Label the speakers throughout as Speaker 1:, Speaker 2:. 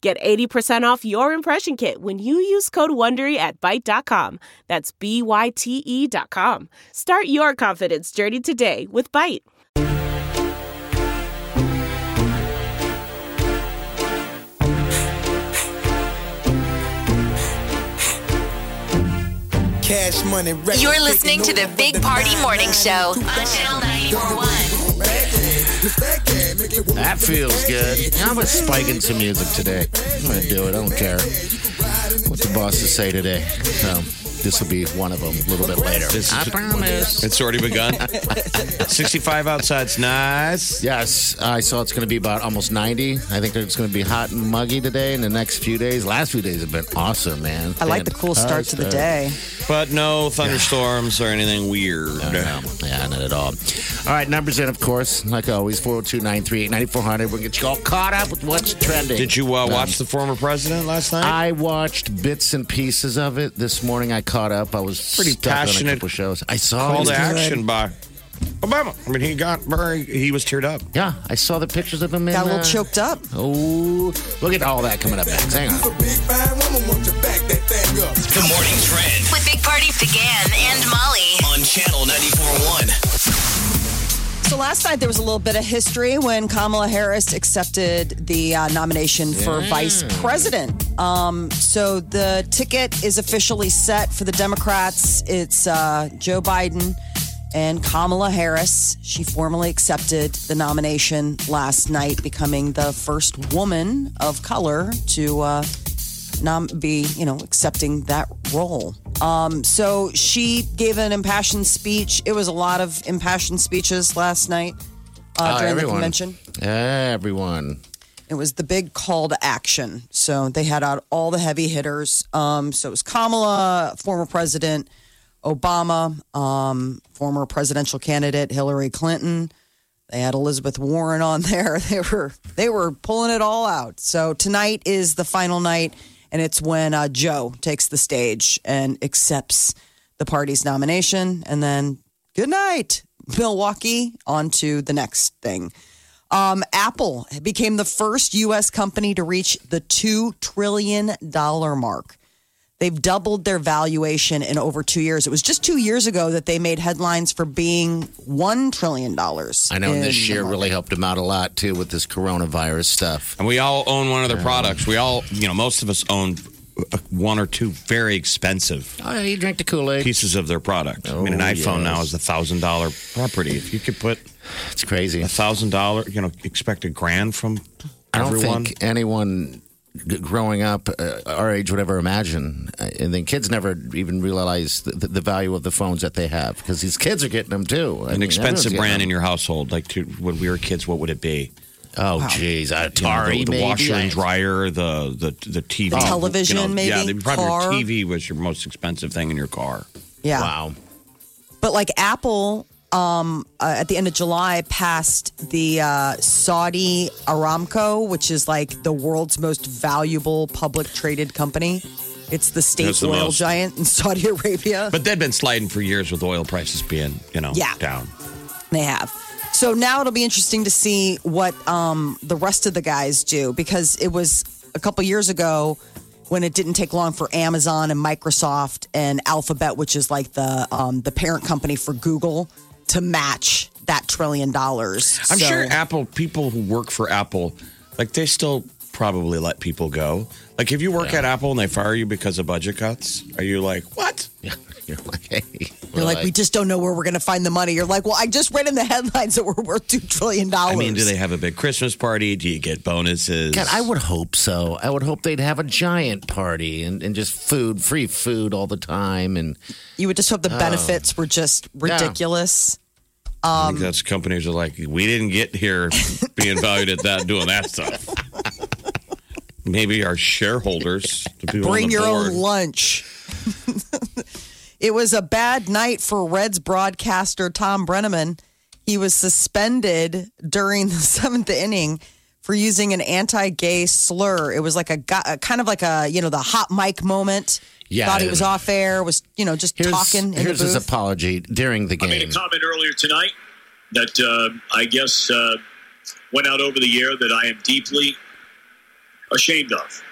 Speaker 1: Get 80% off your impression kit when you use code WONDERY at Byte.com. That's B-Y-T-E E dot com. Start your confidence journey today with Byte.
Speaker 2: Cash money records.
Speaker 3: You're listening to the Big Party Morning Show on Channel 941.
Speaker 4: That feels good. I'm gonna spike in some music today. I'm gonna do it. I don't care what the bosses say today. So this will be one of them a little bit later.
Speaker 5: This
Speaker 4: I
Speaker 5: is-
Speaker 4: promise.
Speaker 5: It's already begun. 65 outside's nice.
Speaker 4: Yes, I saw it's going to be about almost 90. I think it's going to be hot and muggy today in the next few days. Last few days have been awesome, man.
Speaker 6: I like the cool start to the day.
Speaker 5: But no thunderstorms or anything weird.
Speaker 4: Yeah, not at all. All right, numbers in, of course, like always 402 938 9400. We'll get you all caught up with what's trending. Um,
Speaker 5: Did you uh, watch the former president last night?
Speaker 4: I watched bits and pieces of it this morning. I caught up. I was
Speaker 5: Pretty
Speaker 4: stuck on a
Speaker 5: passionate
Speaker 4: couple shows. I saw
Speaker 5: Call
Speaker 4: it.
Speaker 5: to action by Obama. I mean, he got very, he was teared up.
Speaker 4: Yeah, I saw the pictures of him in.
Speaker 6: Got a
Speaker 4: uh,
Speaker 6: little choked up.
Speaker 4: Oh, look at all that coming up next. Hang on.
Speaker 2: Good morning, trend
Speaker 3: With Big Party began and Molly.
Speaker 2: on channel 94.1.
Speaker 6: So last night there was a little bit of history when Kamala Harris accepted the uh, nomination for vice president. Um, so the ticket is officially set for the Democrats. It's uh, Joe Biden and Kamala Harris. She formally accepted the nomination last night, becoming the first woman of color to uh, nom- be, you know, accepting that role. Um, so she gave an impassioned speech. It was a lot of impassioned speeches last night uh,
Speaker 4: Uh,
Speaker 6: during the
Speaker 4: everyone.
Speaker 6: convention.
Speaker 4: Everyone.
Speaker 6: It was the big call to action. So they had out all the heavy hitters. Um, so it was Kamala, former president Obama, um, former presidential candidate Hillary Clinton. They had Elizabeth Warren on there. They were they were pulling it all out. So tonight is the final night, and it's when uh, Joe takes the stage and accepts the party's nomination, and then good night, Milwaukee. On to the next thing. Um, Apple became the first U.S. company to reach the two trillion dollar mark. They've doubled their valuation in over two years. It was just two years ago that they made headlines for being one trillion dollars.
Speaker 4: I know
Speaker 6: in
Speaker 4: this
Speaker 6: the
Speaker 4: year really helped him out a lot too with this coronavirus stuff.
Speaker 5: And we all own one of their products. We all, you know, most of us own uh, one or two very expensive
Speaker 4: Oh, yeah, you drank the Kool Aid.
Speaker 5: pieces of their product. I mean, an
Speaker 4: Oh,
Speaker 5: iPhone now
Speaker 4: yes.
Speaker 5: is a thousand dollar property. If you could put
Speaker 4: It's crazy.
Speaker 5: a thousand dollar, you know, expect a grand from
Speaker 4: I don't
Speaker 5: everyone.
Speaker 4: think anyone g- growing up uh, our age would ever imagine. Uh, And then kids never even realize the, the value of the phones that they have because these kids are getting them too.
Speaker 5: an expensive brand in your household, like to, when we were kids, what would it be?
Speaker 4: Oh, jeez.
Speaker 5: You know,
Speaker 4: Atari,
Speaker 5: the, the washer
Speaker 4: maybe?
Speaker 5: and dryer, the the the TV,
Speaker 6: The television,
Speaker 5: you know,
Speaker 6: maybe,
Speaker 5: yeah, the- probably
Speaker 6: car.
Speaker 5: your TV was your most expensive thing in your car.
Speaker 6: Yeah.
Speaker 4: Wow.
Speaker 6: But like Apple, um, uh, at the end of July, passed the uh, Saudi Aramco, which is like the world's most valuable public traded company. It's the state
Speaker 5: That's the
Speaker 6: oil
Speaker 5: most.
Speaker 6: giant in Saudi Arabia.
Speaker 5: But they'd been sliding for years with oil prices being, you know,
Speaker 6: Yeah.
Speaker 5: down.
Speaker 6: They have. So now it'll be interesting to see what um, the rest of the guys do because it was a couple years ago when it didn't take long for Amazon and Microsoft and Alphabet, which is like the um, the parent company for Google, to match that trillion dollars.
Speaker 5: I'm
Speaker 6: So-
Speaker 5: sure Apple people who work for Apple, like they still probably let people go. Like if you work at Apple and they fire you because of budget cuts, are you like, what?
Speaker 4: You're like, hey.
Speaker 6: You're
Speaker 4: we're
Speaker 6: like, we just don't know where we're going to find the money. You're like, well, I just read in the headlines that we're worth two trillion dollars.
Speaker 5: I mean, do they have a big Christmas party? Do you get bonuses?
Speaker 4: God, I would hope so. I would hope they'd have a giant party and, and just food, free food all the time. And Oh.
Speaker 6: You would just hope the benefits were just ridiculous.
Speaker 5: I
Speaker 6: um,
Speaker 5: think that's companies are like, we didn't get here being valued at that doing that stuff. maybe our shareholders. the people on
Speaker 6: Bring
Speaker 5: the
Speaker 6: your
Speaker 5: board.
Speaker 6: own lunch. it was a bad night for Reds broadcaster Tom Brenneman. He was suspended during the seventh inning for using an anti-gay slur. It was like a, go- a kind of like a you know the hot mic moment.
Speaker 4: Yeah.
Speaker 6: thought he was off air. Was you know just
Speaker 4: Here's,
Speaker 6: talking in
Speaker 4: here's
Speaker 6: the
Speaker 4: his
Speaker 6: booth.
Speaker 4: apology during the game.
Speaker 7: I made a comment earlier tonight that uh, I guess uh, went out over the air that I am deeply ashamed of.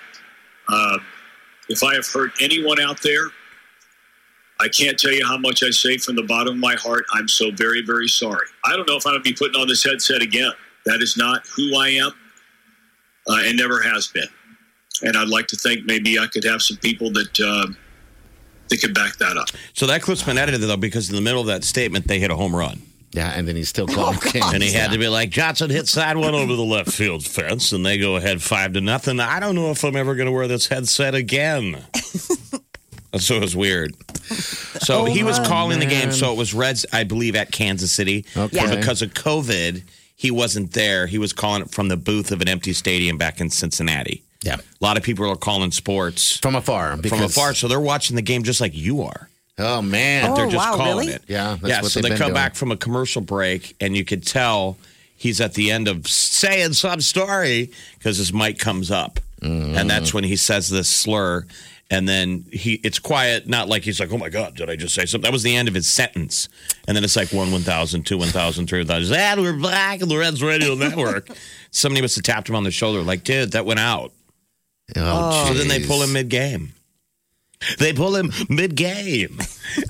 Speaker 7: Uh, if I have hurt anyone out there, I can't tell you how much I say from the bottom of my heart. I'm so very, very sorry. I don't know if I'm going to be putting on this headset again. That is not who I am uh, and never has been. And I'd like to think maybe I could have some people that, uh, that could back that up.
Speaker 5: So that clip's been edited though, because in the middle of that statement, they hit a home run,
Speaker 4: yeah, and then he's still calling King.
Speaker 5: and he had to be like, "Johnson hit side one over the left field fence," and they go ahead five to nothing. I don't know if I'm ever going to wear this headset again. so it was weird.
Speaker 4: Oh,
Speaker 5: So he was calling the game. So it was Reds, I believe, at Kansas City.
Speaker 4: Okay.
Speaker 5: But because of COVID, he wasn't there. He was calling it from the booth of an empty stadium back in Cincinnati.
Speaker 4: Yeah.
Speaker 5: A lot of people are calling sports
Speaker 4: From afar.
Speaker 5: from
Speaker 4: because-
Speaker 5: afar, so they're watching the game just like you are.
Speaker 4: Oh, man.
Speaker 5: They're
Speaker 6: Oh,
Speaker 5: just
Speaker 6: wow,
Speaker 5: calling
Speaker 6: really?
Speaker 5: it.
Speaker 4: Yeah, that's
Speaker 5: yeah.
Speaker 4: what
Speaker 5: so
Speaker 4: they've
Speaker 5: they
Speaker 4: been
Speaker 5: come
Speaker 4: doing.
Speaker 5: back from a commercial break, and you could tell he's at the end of saying some story because his mic comes up, and
Speaker 4: Mm-hmm.
Speaker 5: that's when he says this slur, and then he it's quiet, not like he's like, "Oh my god, did I just say something?" That was the end of his sentence, and then it's like one one thousand, two one thousand, three one thousand. And we're back at the Reds Radio Network. Somebody must have tapped him on the shoulder, like, "Dude, that went out."
Speaker 4: Oh,
Speaker 5: So then they
Speaker 4: jeez.
Speaker 5: pull him mid game. They pull him mid game.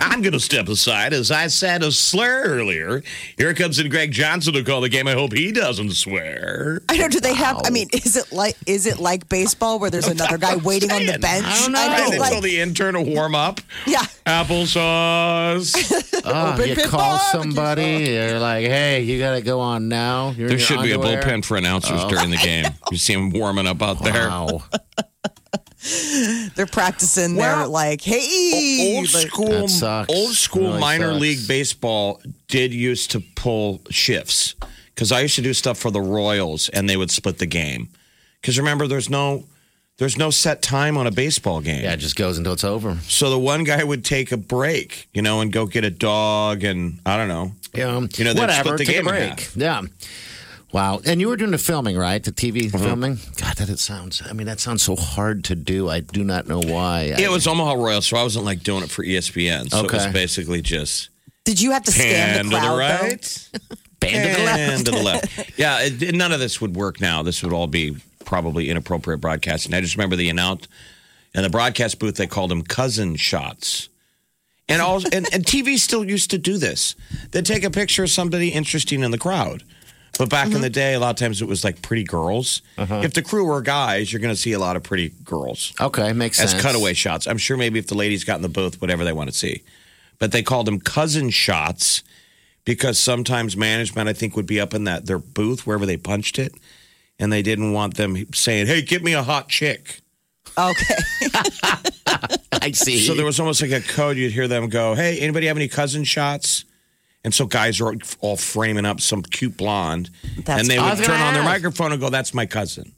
Speaker 5: I'm going to step aside. As I said a slur earlier, here comes in Greg Johnson to call the game. I hope he doesn't swear.
Speaker 6: I know. Do they have? I mean, is it like is it like baseball where there's another guy waiting on the bench?
Speaker 4: I don't know.
Speaker 5: Right until
Speaker 6: like,
Speaker 5: the intern to warm up.
Speaker 6: yeah.
Speaker 5: Applesauce.
Speaker 4: Oh,
Speaker 6: Open
Speaker 4: you
Speaker 6: pit
Speaker 4: call
Speaker 6: barbecue.
Speaker 4: somebody, you're like, hey, you got to go on now. You're in
Speaker 5: there
Speaker 4: your
Speaker 5: should be a
Speaker 4: underwear. Oh.
Speaker 5: bullpen for announcers during the game. You see him warming up out there.
Speaker 4: Wow.
Speaker 6: They're practicing. They're
Speaker 5: Well,
Speaker 6: like, hey,
Speaker 5: Old
Speaker 6: like-
Speaker 5: school,
Speaker 4: That sucks.
Speaker 5: old school
Speaker 4: Really
Speaker 5: minor
Speaker 4: sucks.
Speaker 5: league baseball did used to pull shifts because I used to do stuff for the Royals and they would split the game. Because remember, there's no there's no set time on a baseball game.
Speaker 4: Yeah, it just goes until it's over.
Speaker 5: So the one guy would take a break, you know, and go get a dog and I don't know.
Speaker 4: Yeah. um,
Speaker 5: You know, they'd
Speaker 4: whatever.
Speaker 5: split the
Speaker 4: Take
Speaker 5: game
Speaker 4: a
Speaker 5: in
Speaker 4: break. Yeah. Wow. And you were doing the filming, right? The TV
Speaker 5: Mm-hmm.
Speaker 4: filming? God, that it sounds, I mean, that sounds so hard to do. I do not know why. I-
Speaker 5: It was Omaha Royals, so I wasn't like doing it for E ESPN. So it was
Speaker 4: Okay.
Speaker 5: basically just
Speaker 6: Did you have to scan
Speaker 5: hand
Speaker 6: the
Speaker 5: to the
Speaker 6: crowd? though?
Speaker 5: right. and to the left. Yeah, it, none of this would work now. This would all be probably inappropriate broadcasting. I just remember the announce in the broadcast booth. They called them cousin shots, and all and, and TV still used to do this. They'd take a picture of somebody interesting in the crowd. But back
Speaker 4: Mm-hmm.
Speaker 5: in the day, a lot of times it was like pretty girls.
Speaker 4: Uh-huh.
Speaker 5: If the crew were guys, you're going to see a lot of pretty girls
Speaker 4: Okay, makes
Speaker 5: as
Speaker 4: sense.
Speaker 5: cutaway shots. I'm sure maybe if the ladies got in the booth, whatever they want to see. But they called them cousin shots because sometimes management, I think, would be up in that their booth wherever they punched it, and they didn't want them saying, "Hey, get me a hot chick."
Speaker 6: Okay.
Speaker 4: I see.
Speaker 5: So there was almost like a code. You'd hear them go, "Hey, anybody have any cousin shots?" And so guys are all framing up some cute blonde,
Speaker 6: That's
Speaker 5: and they
Speaker 4: I
Speaker 5: would
Speaker 4: was
Speaker 5: turn
Speaker 4: gonna
Speaker 5: on their
Speaker 4: ask.
Speaker 5: microphone and go, "That's my cousin."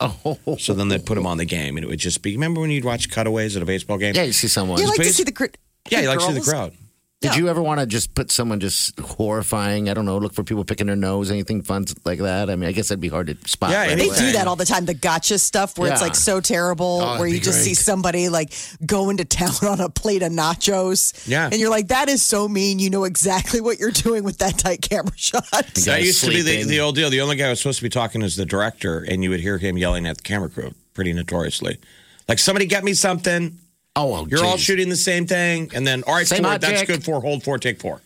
Speaker 4: oh,
Speaker 5: So then they'd put him on the game, and it would just be. Remember when you'd watch cutaways at a baseball game?
Speaker 4: yeah, you see someone.
Speaker 6: you like to
Speaker 5: please.
Speaker 6: see the cr-
Speaker 5: yeah, you like to see the
Speaker 6: girls?
Speaker 5: crowd.
Speaker 4: Did
Speaker 6: Yeah.
Speaker 4: you ever want to just put someone just horrifying? I don't know. Look for people picking their nose, anything fun like that. I mean, I guess that'd be hard to spot.
Speaker 5: Yeah,
Speaker 4: right
Speaker 5: it
Speaker 6: They
Speaker 5: is.
Speaker 6: do
Speaker 4: away.
Speaker 6: that all the time. The gotcha stuff where it's
Speaker 4: Yeah.
Speaker 6: like so terrible,
Speaker 4: Oh, that'd
Speaker 6: where you
Speaker 4: be
Speaker 6: just see
Speaker 4: great.
Speaker 6: somebody like going to town on a plate of nachos.
Speaker 5: Yeah.
Speaker 6: And you're like, that is so mean. You know exactly what you're doing with that tight camera shot.
Speaker 5: That
Speaker 4: guy
Speaker 5: used to be the,
Speaker 4: sleeping.
Speaker 5: the old deal. The only guy who was supposed to be talking is the director, and you would hear him yelling at the camera crew pretty notoriously. Like, somebody get me something.
Speaker 4: Oh, well,
Speaker 5: You're all
Speaker 4: geez.
Speaker 5: shooting the same thing. And then, all right,
Speaker 4: Same
Speaker 5: four,
Speaker 4: hot
Speaker 5: that's
Speaker 4: chick.
Speaker 5: good for hold four, take four.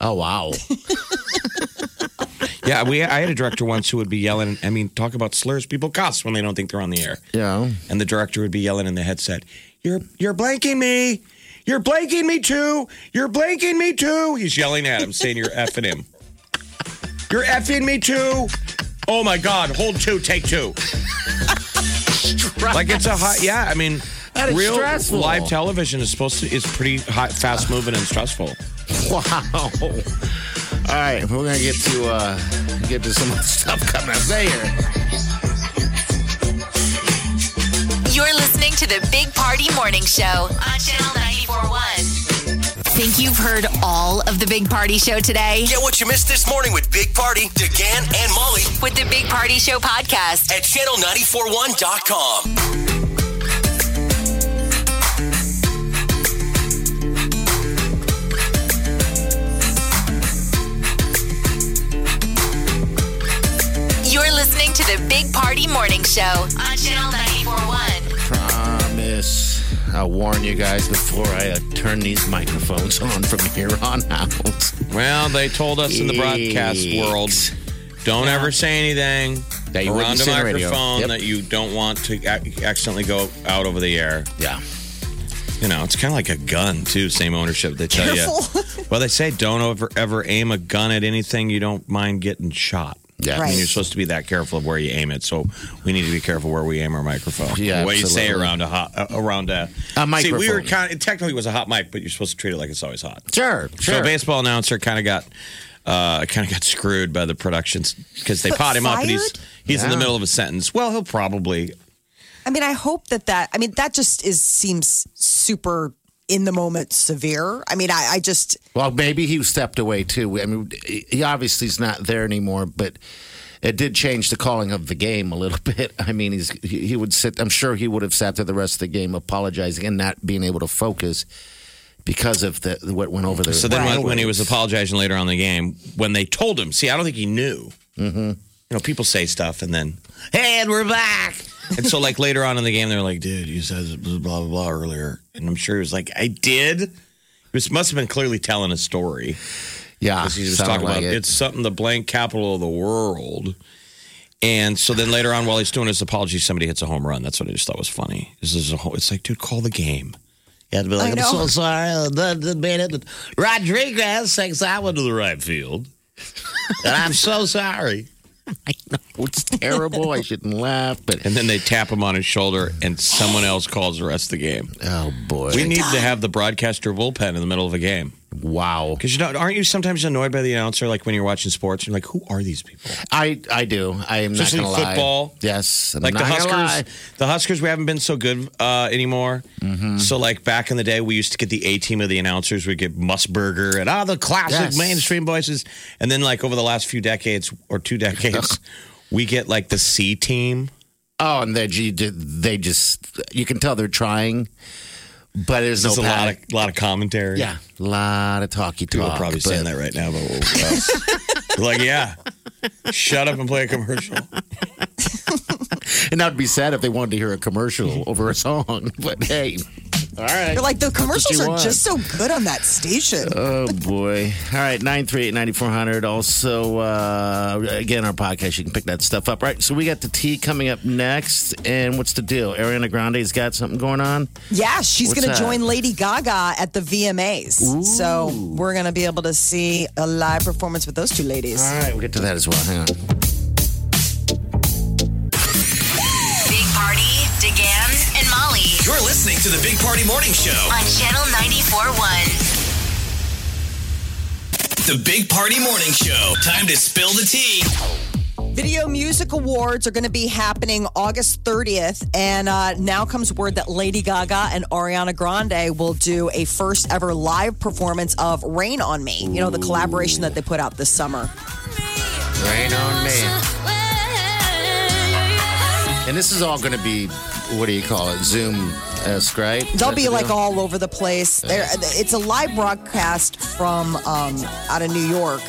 Speaker 4: Oh, wow.
Speaker 5: Yeah, we. I had a director once who would be yelling. I mean, talk about slurs. People cuss when they don't think they're on the air.
Speaker 4: yeah.
Speaker 5: And the director would be yelling in the headset, "You're you're blanking me. You're blanking me too. You're blanking me too." He's yelling at him, saying, "You're effing him. You're effing me too. Oh my God! Hold two, take two. like it's a hot. Yeah, I mean,
Speaker 4: That is
Speaker 5: real
Speaker 4: stressful.
Speaker 5: live television is supposed to is pretty hot, fast moving and stressful.
Speaker 4: Wow. All right, we're gonna get to uh, get to some stuff coming up later.
Speaker 3: to the Big Party Morning Show on Channel 941. Think you've heard all of the Big Party Show today?
Speaker 2: Get what you missed this morning with Big Party, DeGan, and Molly
Speaker 3: With the Big Party Show podcast,
Speaker 2: at channel941.com.
Speaker 3: you're listening to the Big Party Morning Show on Channel 941.
Speaker 4: Promise. I'll warn you guys before I uh, turn these microphones on from here on out.
Speaker 5: Well, they told us in the broadcast
Speaker 4: Yikes.
Speaker 5: world, don't ever say anything
Speaker 4: That you
Speaker 5: around
Speaker 4: wouldn't
Speaker 5: a
Speaker 4: say on the radio.
Speaker 5: microphone
Speaker 4: Yep.
Speaker 5: that you don't want to ac- accidentally go out over the air.
Speaker 4: Yeah.
Speaker 5: You know, it's kind of like a gun too. Same ownership. They tell you. Well, they say don't ever ever aim a gun at anything you don't mind getting shot.
Speaker 4: Yeah.
Speaker 5: And
Speaker 6: Right.
Speaker 5: you're supposed to be that careful of where you aim it. So we need to be careful where we aim our microphone.
Speaker 4: Yeah,
Speaker 5: the way you say
Speaker 4: absolutely.
Speaker 5: around a hot uh, around a,
Speaker 4: A
Speaker 5: See, we were
Speaker 4: microphone.
Speaker 5: kind of, technically it was a hot mic, but you're supposed to treat it like it's always hot.
Speaker 4: Sure. Sure.
Speaker 5: So a baseball announcer kind of got uh, kind of got screwed by the productions because they pot him up and he's
Speaker 6: Fired?
Speaker 5: he's in the
Speaker 4: Yeah.
Speaker 5: middle of a sentence. Well, he'll probably
Speaker 6: I mean, I hope that that. I mean, that just is seems super in the moment severe. I mean, I, I just
Speaker 4: Well, maybe he stepped away too. I mean, he obviously is not there anymore, but it did change the calling of the game a little bit. I mean, he's he he would sit. I'm sure he would have sat there the rest of the game, apologizing and not being able to focus because of the what went over there.
Speaker 5: So then, when, when he was apologizing later on in the game, when they told him, see, I don't think he knew. Mm-hmm. You know, people say stuff and then, hey, and we're back. and so, like later on in the game, they were like, dude, you said blah blah blah earlier, and I'm sure he was like, I did. This must have been clearly telling a story
Speaker 4: yeah,
Speaker 5: because he was
Speaker 4: sounded
Speaker 5: talking about
Speaker 4: like it.
Speaker 5: it's something the blank capital of the world. And so then later on, while he's doing his apology, somebody hits a home run. That's what I just thought was funny. This is a whole, it's like, dude, call the game. You had to be like,
Speaker 6: I know.
Speaker 5: sorry. Uh, that- that made it. Rodriguez takes that one to the right field. and I'm so sorry.
Speaker 4: Oh, It's terrible. I shouldn't laugh, but
Speaker 5: And then they tap him on his shoulder, and someone else calls the rest of the game.
Speaker 4: oh boy,
Speaker 5: We need to have the broadcaster bullpen in the middle of a game.
Speaker 4: wow.
Speaker 5: Because you know, aren't you sometimes annoyed by the announcer? Like when you're watching sports, you're like, who are these people?
Speaker 4: I I do. I am
Speaker 5: Especially
Speaker 4: not gonna lie.
Speaker 5: football.
Speaker 4: Yes, I'm
Speaker 5: like the
Speaker 4: not gonna lie.
Speaker 5: Huskers. The Huskers, we haven't been so good uh, anymore.
Speaker 4: Mm-hmm.
Speaker 5: So, like back in the day, we used to get the A team of the announcers. We'd get Musburger and all the classic
Speaker 4: Yes.
Speaker 5: mainstream voices. And then, like over the last few decades or two decades, we get like the C team.
Speaker 4: Oh, and they, ju- they just, you can tell they're trying, but there's no
Speaker 5: There's a lot
Speaker 4: panic.
Speaker 5: of lot of commentary.
Speaker 4: Yeah, a lot of talky talk.
Speaker 5: people are probably
Speaker 4: but-
Speaker 5: saying that right now, but what else? like, yeah, shut up and play a commercial.
Speaker 4: and that'd be sad if they wanted to hear a commercial over a song. But hey, all right.
Speaker 6: you're like the commercials
Speaker 4: you
Speaker 6: are
Speaker 4: want.
Speaker 6: just so good on that station.
Speaker 4: Oh boy! All right, nine three eight ninety four hundred. Also, uh, again, our podcast you can pick that stuff up. Right, so we got the tea coming up next, and what's the deal? Ariana Grande's got something going on.
Speaker 6: Yeah, she's
Speaker 4: What's
Speaker 6: going to
Speaker 4: that?
Speaker 6: join Lady Gaga at the VMAs. So we're going to be able to see a live performance with those two ladies.
Speaker 4: All right, we'll get to that as well. Hang on.
Speaker 3: Big Party, DeGan, and Molly
Speaker 2: You're listening to the Big Party Morning Show.
Speaker 3: on Channel 941.
Speaker 2: The Big Party Morning Show. Time to spill the tea.
Speaker 6: Video Music Awards are going to be happening August 30th. And uh, now comes word that Lady Gaga and Ariana Grande will do a first ever live performance of Rain on Me, you know, the collaboration that they put out this summer.
Speaker 4: Rain on me. And this is all going to be, what do you call it? Zoom esque, right?
Speaker 6: They'll be like all over the place. They're, it's a live broadcast from um, out of New York.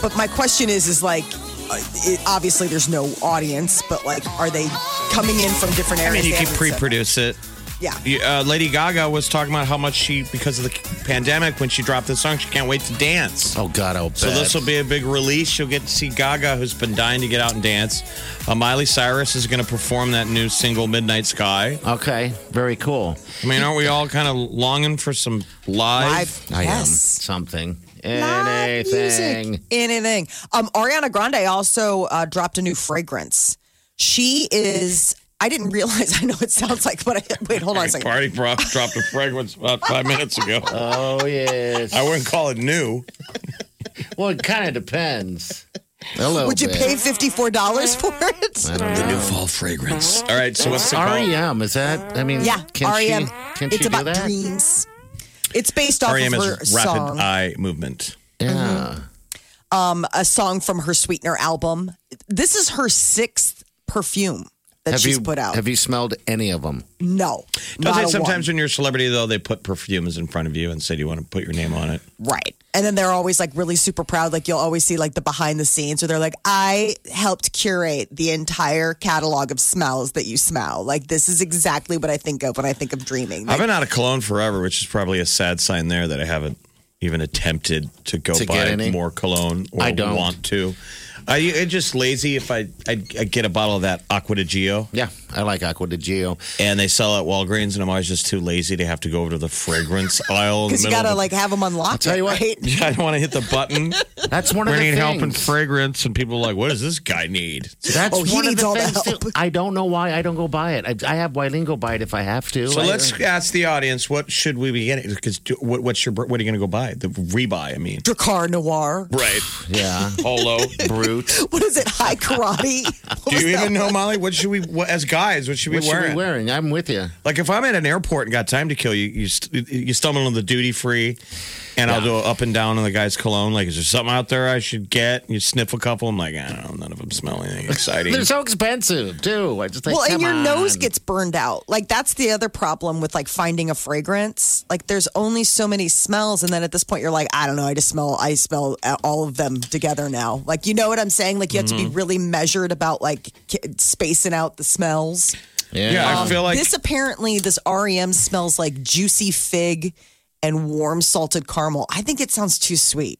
Speaker 6: But my question is, is like, uh, it, obviously there's no audience, but like, are they coming in from different
Speaker 5: I
Speaker 6: areas?
Speaker 5: mean,
Speaker 6: They
Speaker 5: you can
Speaker 6: haven't said-
Speaker 5: pre-produce it.
Speaker 6: Yeah.
Speaker 5: You- Uh, Lady Gaga was talking about how much she, because of the pandemic, when she dropped this song, she can't wait to dance.
Speaker 4: Oh, God, I'll bet.
Speaker 5: So this will be a big release. You'll get to see Gaga, who's been dying to get out and dance. Uh, Miley Cyrus is going to perform that new single, Midnight Sky.
Speaker 4: Okay, very cool.
Speaker 5: I mean, aren't we all kind of longing for some
Speaker 6: Live.
Speaker 5: live?
Speaker 4: I am
Speaker 6: yes.
Speaker 4: something. Eh.
Speaker 6: Live
Speaker 4: Anything.
Speaker 6: music. Anything. Um, Ariana Grande also uh, dropped a new fragrance. She is. I didn't realize. I know it sounds like, but I, wait, hold on a second.
Speaker 5: Party Prop dropped a fragrance about five minutes ago.
Speaker 4: Oh, yes.
Speaker 5: I wouldn't call it new.
Speaker 4: well, it kind of depends. A little
Speaker 6: Would you
Speaker 4: bit.
Speaker 6: pay $54 for it?
Speaker 4: I don't know.
Speaker 5: fall fragrance. All right, so what's the call?
Speaker 4: REM E is that? I mean,
Speaker 6: Yeah,
Speaker 4: can
Speaker 6: REM.
Speaker 4: she? Can
Speaker 6: it's
Speaker 4: she
Speaker 6: about
Speaker 4: do that?
Speaker 6: dreams. It's based off
Speaker 5: REM
Speaker 6: of her
Speaker 5: E is
Speaker 6: song, Mm-hmm.
Speaker 5: rapid eye movement.
Speaker 4: Yeah.
Speaker 5: uh,
Speaker 6: um, a song from her Sweetener album. This is her sixth perfume that
Speaker 4: Have
Speaker 6: she's
Speaker 4: you
Speaker 6: put out.
Speaker 4: Have you smelled any of them?
Speaker 6: no,
Speaker 5: Don't
Speaker 6: not
Speaker 5: they
Speaker 6: a
Speaker 5: sometimes when you're a celebrity though they put perfumes in front of you and say do you want to put your name on it?
Speaker 6: one. right? And then they're always like really super proud. Like you'll always see like the behind the scenes where they're like, "I helped curate the entire catalog of smells that you smell. Like this is exactly what I think of when I think of dreaming."
Speaker 5: I've been out of cologne forever, which is probably a sad sign there that I haven't even attempted to go
Speaker 4: To get
Speaker 5: buy
Speaker 4: any?
Speaker 5: more cologne or
Speaker 4: I don't.
Speaker 5: want to. I it's just lazy if I I I get a bottle of that Aqua di Gio
Speaker 4: Yeah, I like Aqua de Gio.
Speaker 5: and they sell at Walgreens and I'm always just too lazy to have to go over to the fragrance aisle. in the
Speaker 6: because you
Speaker 5: middle of
Speaker 6: gotta
Speaker 5: the-
Speaker 6: like have them unlocked.
Speaker 4: tell you
Speaker 6: it,
Speaker 4: what.
Speaker 6: right?
Speaker 5: I don't want to hit the button.
Speaker 4: That's one of
Speaker 5: We
Speaker 4: the
Speaker 5: need
Speaker 4: things.
Speaker 5: help in fragrance, and people are like, "What does this guy need?"
Speaker 4: That's
Speaker 6: Oh,
Speaker 4: one
Speaker 6: he
Speaker 4: of
Speaker 6: needs
Speaker 4: the
Speaker 6: all the
Speaker 4: things.
Speaker 6: help.
Speaker 4: too. I don't know why I don't go buy it. I, I have Wileen go buy it if I have to.
Speaker 5: So
Speaker 4: I- uh,
Speaker 5: let's ask the audience: What should we be getting? Because what, what's your what are you going to go buy? The rebuy, I mean,
Speaker 6: Dracar Noir.
Speaker 5: right?
Speaker 4: Yeah.
Speaker 5: Polo.
Speaker 4: Brute.
Speaker 6: What is it? High karate. What
Speaker 5: Do
Speaker 6: was
Speaker 5: you
Speaker 6: that?
Speaker 5: even know, Molly? What should we, what, as guys, what should we
Speaker 4: What
Speaker 5: wear?
Speaker 4: should we wearing? I'm with you.
Speaker 5: Like if I'm at an airport and got time to kill, you you, st- you stumble on the duty free, and I'll go up and down on the guy's cologne. Like, is there something out there I should get? And you sniff a couple. I'm like, I don't know. None of them smell anything exciting.
Speaker 4: They're so expensive too. I just think,
Speaker 6: well, and
Speaker 4: come
Speaker 6: your
Speaker 4: on.
Speaker 6: nose gets burned out. Like that's the other problem with like finding a fragrance. Like there's only so many smells, and then at this point you're like, I don't know. I just smell. I smell uh, all of them together now. Like you know what I'm saying? Like you have
Speaker 5: Mm-hmm.
Speaker 6: to be really measured about like k- spacing out the smells. Um,
Speaker 4: Yeah.
Speaker 5: Yeah, I feel like
Speaker 6: this apparently this REM smells like juicy fig and warm salted caramel. I think it sounds too sweet.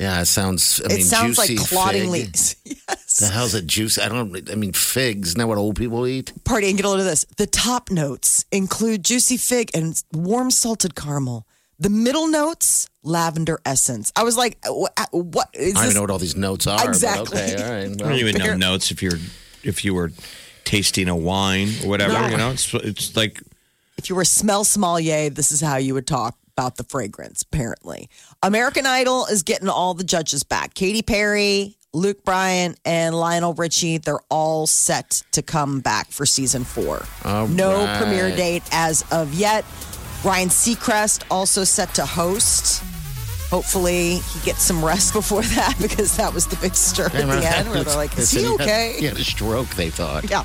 Speaker 4: Yeah, it sounds. I
Speaker 6: It
Speaker 4: mean,
Speaker 6: sounds like
Speaker 4: juicy
Speaker 6: clotting
Speaker 4: fig.
Speaker 6: leaves. yes.
Speaker 4: The hell's a juice? I don't. I mean, figs. Isn't that what old people eat?
Speaker 6: party and get a load of this. The top notes include juicy fig and warm salted caramel. The middle notes, lavender essence. I was like, wha- what is
Speaker 4: I don't
Speaker 6: this?
Speaker 4: even know what all these notes are. but
Speaker 6: Exactly.
Speaker 4: okay. All right.
Speaker 5: I don't
Speaker 4: Well,
Speaker 5: even know notes if you're if you were tasting a wine or whatever. You know, it's it's like
Speaker 6: If you were smell sommelier, this is how you would talk about the fragrance, apparently. American Idol is getting all the judges back. Katy Perry, Luke Bryan, and Lionel Richie, they're all set to come back for season four.
Speaker 4: All
Speaker 6: no
Speaker 4: right.
Speaker 6: premiere date as of yet. Ryan Seacrest also set to host. Hopefully he gets some rest before that because that was the big stir at the end where they're like, is
Speaker 4: Listen,
Speaker 6: he
Speaker 4: had-
Speaker 6: okay?
Speaker 4: He had a stroke. They thought.
Speaker 6: Yeah.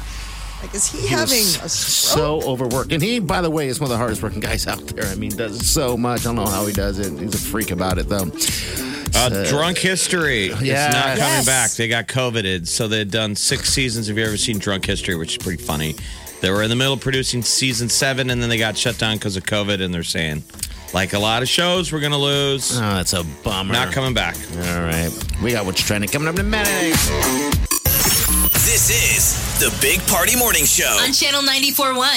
Speaker 6: Like, is he,
Speaker 4: He was
Speaker 6: having a
Speaker 4: so overworked, and he, by the way, is one of the hardest working guys out there. I mean, does so much. I don't know how he does it. He's a freak about it, though.
Speaker 5: uh, drunk history.
Speaker 4: yeah.
Speaker 5: It's not coming
Speaker 6: Yes.
Speaker 5: back. They got coveted, so they'd done six seasons. Have you ever seen Drunk History? Which is pretty funny. They were in the middle of producing season seven, and then they got shut down because of COVID. And they're saying, like a lot of shows, we're gonna lose.
Speaker 4: Oh, that's a bummer.
Speaker 5: Not coming back.
Speaker 4: All right, we got what's trending coming up in a minute.
Speaker 2: This is the Big Party Morning Show.
Speaker 3: On Channel 94.1
Speaker 2: Oh.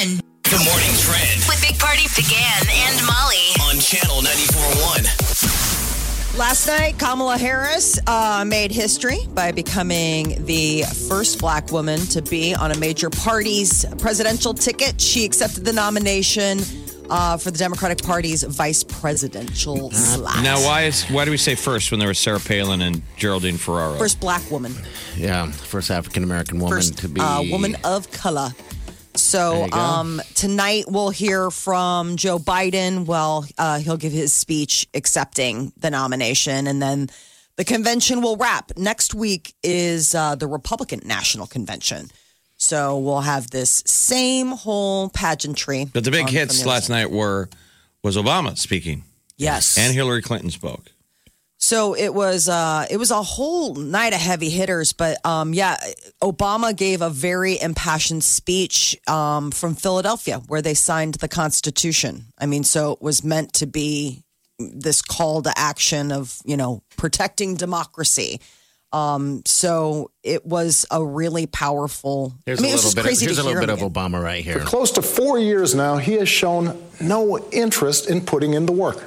Speaker 2: The morning trend
Speaker 3: with Big Party began and Molly.
Speaker 2: on Channel 94.1.
Speaker 6: Last night, Kamala Harris uh, made history by becoming the first black woman to be on a major party's presidential ticket. She accepted the nomination uh, for the Democratic Party's vice presidential slot.
Speaker 5: Now, why is why do we say first when there was Sarah Palin and Geraldine Ferraro?
Speaker 6: First black woman,
Speaker 4: Yeah, first African American woman
Speaker 6: first
Speaker 4: to be
Speaker 6: uh, woman of color. So
Speaker 4: There you go.
Speaker 6: um, tonight we'll hear from Joe Biden. Well, uh, he'll give his speech accepting the nomination, and then the convention will wrap. Next week is uh, the Republican National Convention. So we'll have this same whole pageantry.
Speaker 5: but the big
Speaker 6: on-
Speaker 5: hits
Speaker 6: from the other
Speaker 5: last
Speaker 6: side.
Speaker 5: night were was Obama speaking
Speaker 6: Yes.
Speaker 5: and Hillary Clinton spoke.
Speaker 6: So it was uh, it was a whole night of heavy hitters, but um, yeah, Obama gave a very impassioned speech um, from Philadelphia where they signed the Constitution. I mean, so it was meant to be this call to action of you know protecting democracy. Um, so it was a really powerful.
Speaker 4: Here's
Speaker 6: I mean,
Speaker 4: a
Speaker 6: it was
Speaker 4: little
Speaker 6: just
Speaker 4: bit. Of,
Speaker 6: crazy
Speaker 4: here's
Speaker 6: to
Speaker 4: a little
Speaker 6: hear
Speaker 4: bit of
Speaker 6: him.
Speaker 4: Obama right here.
Speaker 8: Close to four years now, he has shown no interest in putting in the work,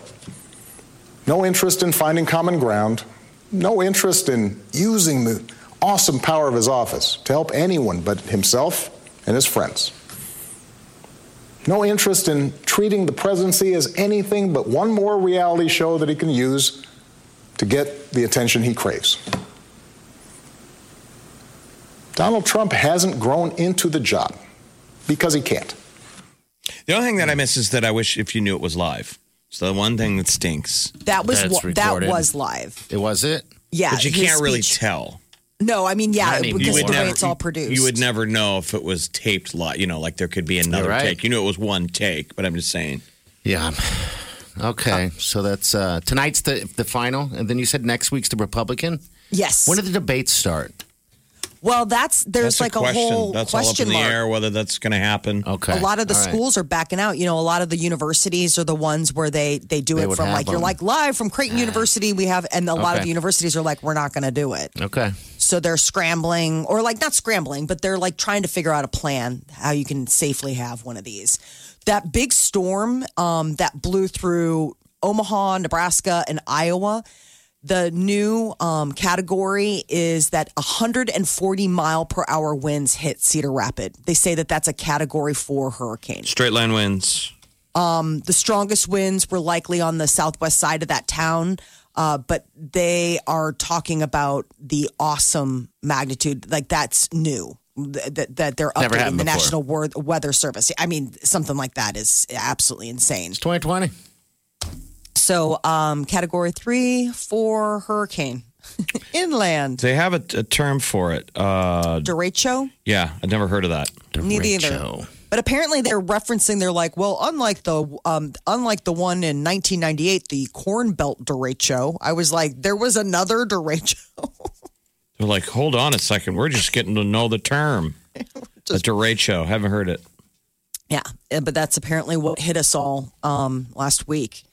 Speaker 8: no interest in finding common ground, no interest in using the awesome power of his office to help anyone but himself and his friends. No interest in treating the presidency as anything but one more reality show that he can use to get the attention he craves. Donald Trump hasn't grown into the job because he can't.
Speaker 5: The only thing that I miss is that I wish if you knew it was live. It's the one thing that stinks.
Speaker 6: That was
Speaker 4: That's
Speaker 6: wa- that
Speaker 4: recorded.
Speaker 6: was live.
Speaker 4: It was it.
Speaker 6: Yeah,
Speaker 5: But you
Speaker 6: his
Speaker 5: can't really
Speaker 6: speech.
Speaker 5: tell.
Speaker 6: no, I mean, yeah,
Speaker 4: Not anymore.
Speaker 6: because
Speaker 4: You
Speaker 6: of
Speaker 4: would
Speaker 6: the way
Speaker 5: never-
Speaker 6: it's all produced.
Speaker 5: You would never know if it was taped live. You know, like there could be another
Speaker 4: You're right.
Speaker 5: take. You knew it was one take, but I'm just saying.
Speaker 4: Yeah. Okay, so that's uh, tonight's the the final, and then you said next week's the Republican.
Speaker 6: Yes.
Speaker 4: When do the debates start?
Speaker 6: well, that's there's like
Speaker 5: That's a
Speaker 6: a,
Speaker 5: question.
Speaker 6: whole
Speaker 5: That's
Speaker 6: question
Speaker 5: all up in
Speaker 6: mark.
Speaker 5: the air whether that's going to happen.
Speaker 4: Okay,
Speaker 6: A lot of the
Speaker 4: All right.
Speaker 6: schools are backing out. You know, a lot of the universities are the ones where they they do
Speaker 4: They
Speaker 6: it
Speaker 4: would
Speaker 6: from
Speaker 4: have
Speaker 6: like you're
Speaker 4: them.
Speaker 6: like live from Creighton University. We have, and a lot of
Speaker 4: Okay.
Speaker 6: the universities are like we're not going to do it.
Speaker 4: Okay,
Speaker 6: So they're scrambling, or like not scrambling, but they're like trying to figure out a plan how you can safely have one of these. That big storm um, that blew through Omaha, Nebraska, and Iowa. The new um, category is that 140 mile per hour winds hit Cedar Rapid. They say that that's a category four hurricane.
Speaker 5: Straight line wins.
Speaker 6: Um, The strongest winds were likely on the southwest side of that town, uh, but they are talking about the awesome magnitude. Like that's new. That, that- that they're
Speaker 4: Never
Speaker 6: updating
Speaker 4: happened
Speaker 6: the
Speaker 4: before.
Speaker 6: National Wor- Weather Service. I mean, something like that is absolutely insane.
Speaker 4: it's twenty twenty.
Speaker 6: So, um, category three, four hurricane, inland,
Speaker 5: They have a, a term for it. Uh,
Speaker 6: derecho.
Speaker 5: yeah, I'd never heard of that.
Speaker 6: Neither either. But apparently they're referencing they're like, well, unlike the um, unlike the one in 1998, the Corn Belt derecho. I was like, there was another derecho.
Speaker 5: They're like, hold on a second. We're just getting to know the term. a derecho. Haven't heard it.
Speaker 6: Yeah, uh, but that's apparently what hit us all um, last week.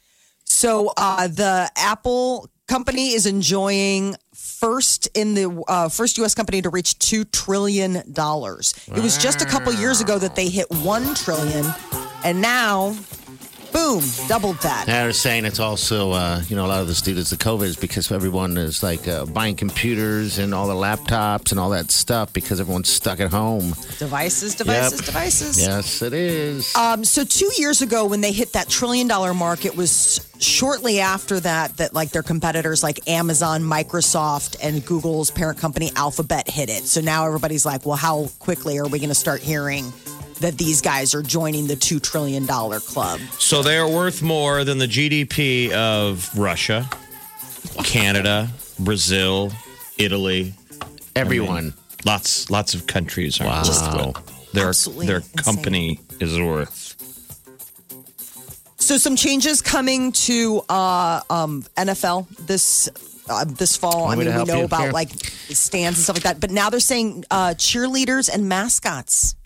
Speaker 6: So uh, the Apple company is enjoying first in the uh, first U.S. company to reach two trillion dollars. It was just a couple years ago that they hit one trillion, and now, boom, doubled that.
Speaker 4: They're saying it's also, uh, you know, a lot of this due to the COVID is because everyone is like uh, buying computers and all the laptops and all that stuff because everyone's stuck at home.
Speaker 6: Devices, devices, devices.
Speaker 4: Yes, it is.
Speaker 6: Um, so two years ago, when they hit that trillion dollar mark, it was shortly after that that like their competitors like Amazon, Microsoft, and Google's parent company Alphabet hit it. So now everybody's like, well, how quickly are we going to start hearing that these guys are joining the two trillion dollar club?
Speaker 5: So they are worth more than the GDP of Russia, Canada, Brazil, Italy.
Speaker 4: Everyone.
Speaker 5: Lots, lots of countries are
Speaker 4: Wow.
Speaker 5: worth it. Their
Speaker 6: Absolutely
Speaker 5: their
Speaker 6: insane.
Speaker 5: company is worth.
Speaker 6: So some changes coming to uh, um, NFL this uh, this fall. I
Speaker 4: Want
Speaker 6: mean,
Speaker 4: me to
Speaker 6: we
Speaker 4: help
Speaker 6: know
Speaker 4: you?
Speaker 6: about
Speaker 4: Sure.
Speaker 6: like stands and stuff like that, but now they're saying uh, cheerleaders and mascots.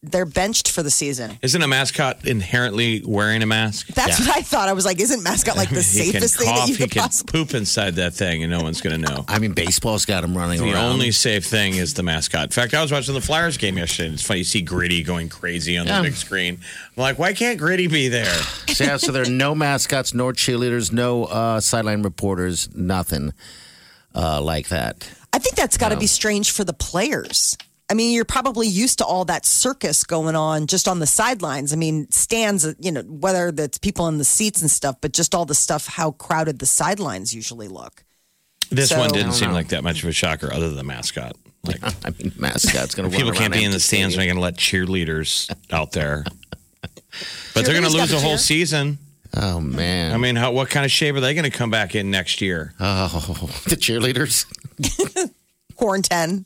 Speaker 6: They're benched for the season.
Speaker 5: Isn't a mascot inherently wearing a mask?
Speaker 6: That's what I thought. I was like, isn't mascot like the
Speaker 5: he can
Speaker 6: safest thing
Speaker 5: cough.
Speaker 6: that you
Speaker 5: he
Speaker 6: could
Speaker 5: can
Speaker 6: possibly?
Speaker 5: poop inside that thing, and no one's going to know.
Speaker 4: I mean, baseball's got them running
Speaker 5: The
Speaker 4: around.
Speaker 5: only safe thing is the mascot. In fact, I was watching the Flyers game yesterday. And it's funny you see Gritty going crazy on the
Speaker 4: Yeah.
Speaker 5: big screen. I'm like, why can't Gritty be there?
Speaker 4: so, yeah, so there are no mascots, no cheerleaders, no uh, sideline reporters, nothing uh, like that.
Speaker 6: I think that's got to be strange for the players. I mean, you're probably used to all that circus going on just on the sidelines. I mean, stands, you know, whether that's people in the seats and stuff, but just all the stuff, how crowded the sidelines usually look.
Speaker 5: This
Speaker 6: So-
Speaker 5: one
Speaker 6: I
Speaker 5: didn't seem
Speaker 4: know.
Speaker 5: like that much of a shocker, other than the mascot. Like
Speaker 4: I mean, mascots going to
Speaker 5: people can't be in the stands. We're
Speaker 4: Right?
Speaker 5: going to let cheerleaders out there, but they're going
Speaker 6: Cheerleaders
Speaker 5: to lose
Speaker 6: gotta
Speaker 5: a whole
Speaker 6: cheer.
Speaker 5: season.
Speaker 4: Oh man!
Speaker 5: I mean, how, what kind of shape are they going to come back in next year?
Speaker 4: oh, the cheerleaders.
Speaker 6: quarantine.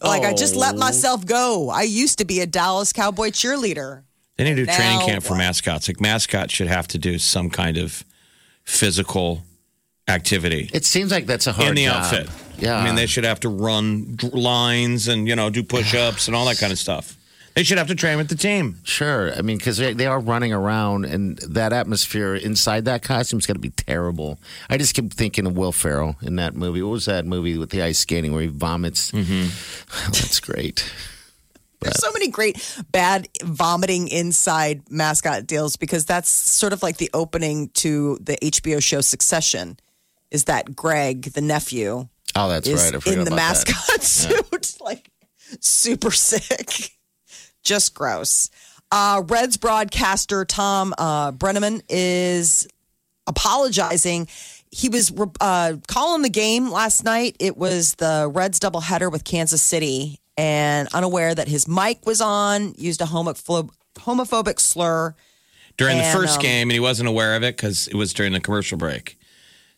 Speaker 6: Like I just
Speaker 5: Oh.
Speaker 6: let myself go. I used to be a Dallas Cowboy cheerleader.
Speaker 5: They need to do training
Speaker 6: Now
Speaker 5: camp for mascots. Like mascots should have to do some kind of physical activity.
Speaker 4: It seems like that's a hard
Speaker 5: in the
Speaker 4: job.
Speaker 5: outfit.
Speaker 4: Yeah,
Speaker 5: I mean, they should have to run d- lines and, you know, do push ups and all that kind of stuff. They should have to train with the team.
Speaker 4: Sure. I mean, because they, they are running around, and that atmosphere inside that costume is going to be terrible. I just keep thinking of Will Ferrell in that movie. What was that movie with the ice skating where he vomits?
Speaker 5: Mm-hmm.
Speaker 4: That's great.
Speaker 6: There's so many great bad vomiting inside mascot deals because that's sort of like the opening to the HBO show Succession. Is that Greg, the nephew,
Speaker 4: Oh, that's
Speaker 6: is
Speaker 4: right. I forgot
Speaker 6: in the
Speaker 4: about that.
Speaker 6: mascot suit, like super sick, just gross. Uh, Reds broadcaster Tom uh, Brenneman is apologizing. He was uh, calling the game last night. It was the Reds doubleheader with Kansas City, and unaware that his mic was on, used a homo- flo- homophobic slur.
Speaker 5: during the
Speaker 6: And,
Speaker 5: first
Speaker 6: um,
Speaker 5: game, and he wasn't aware of it because it was during the commercial break.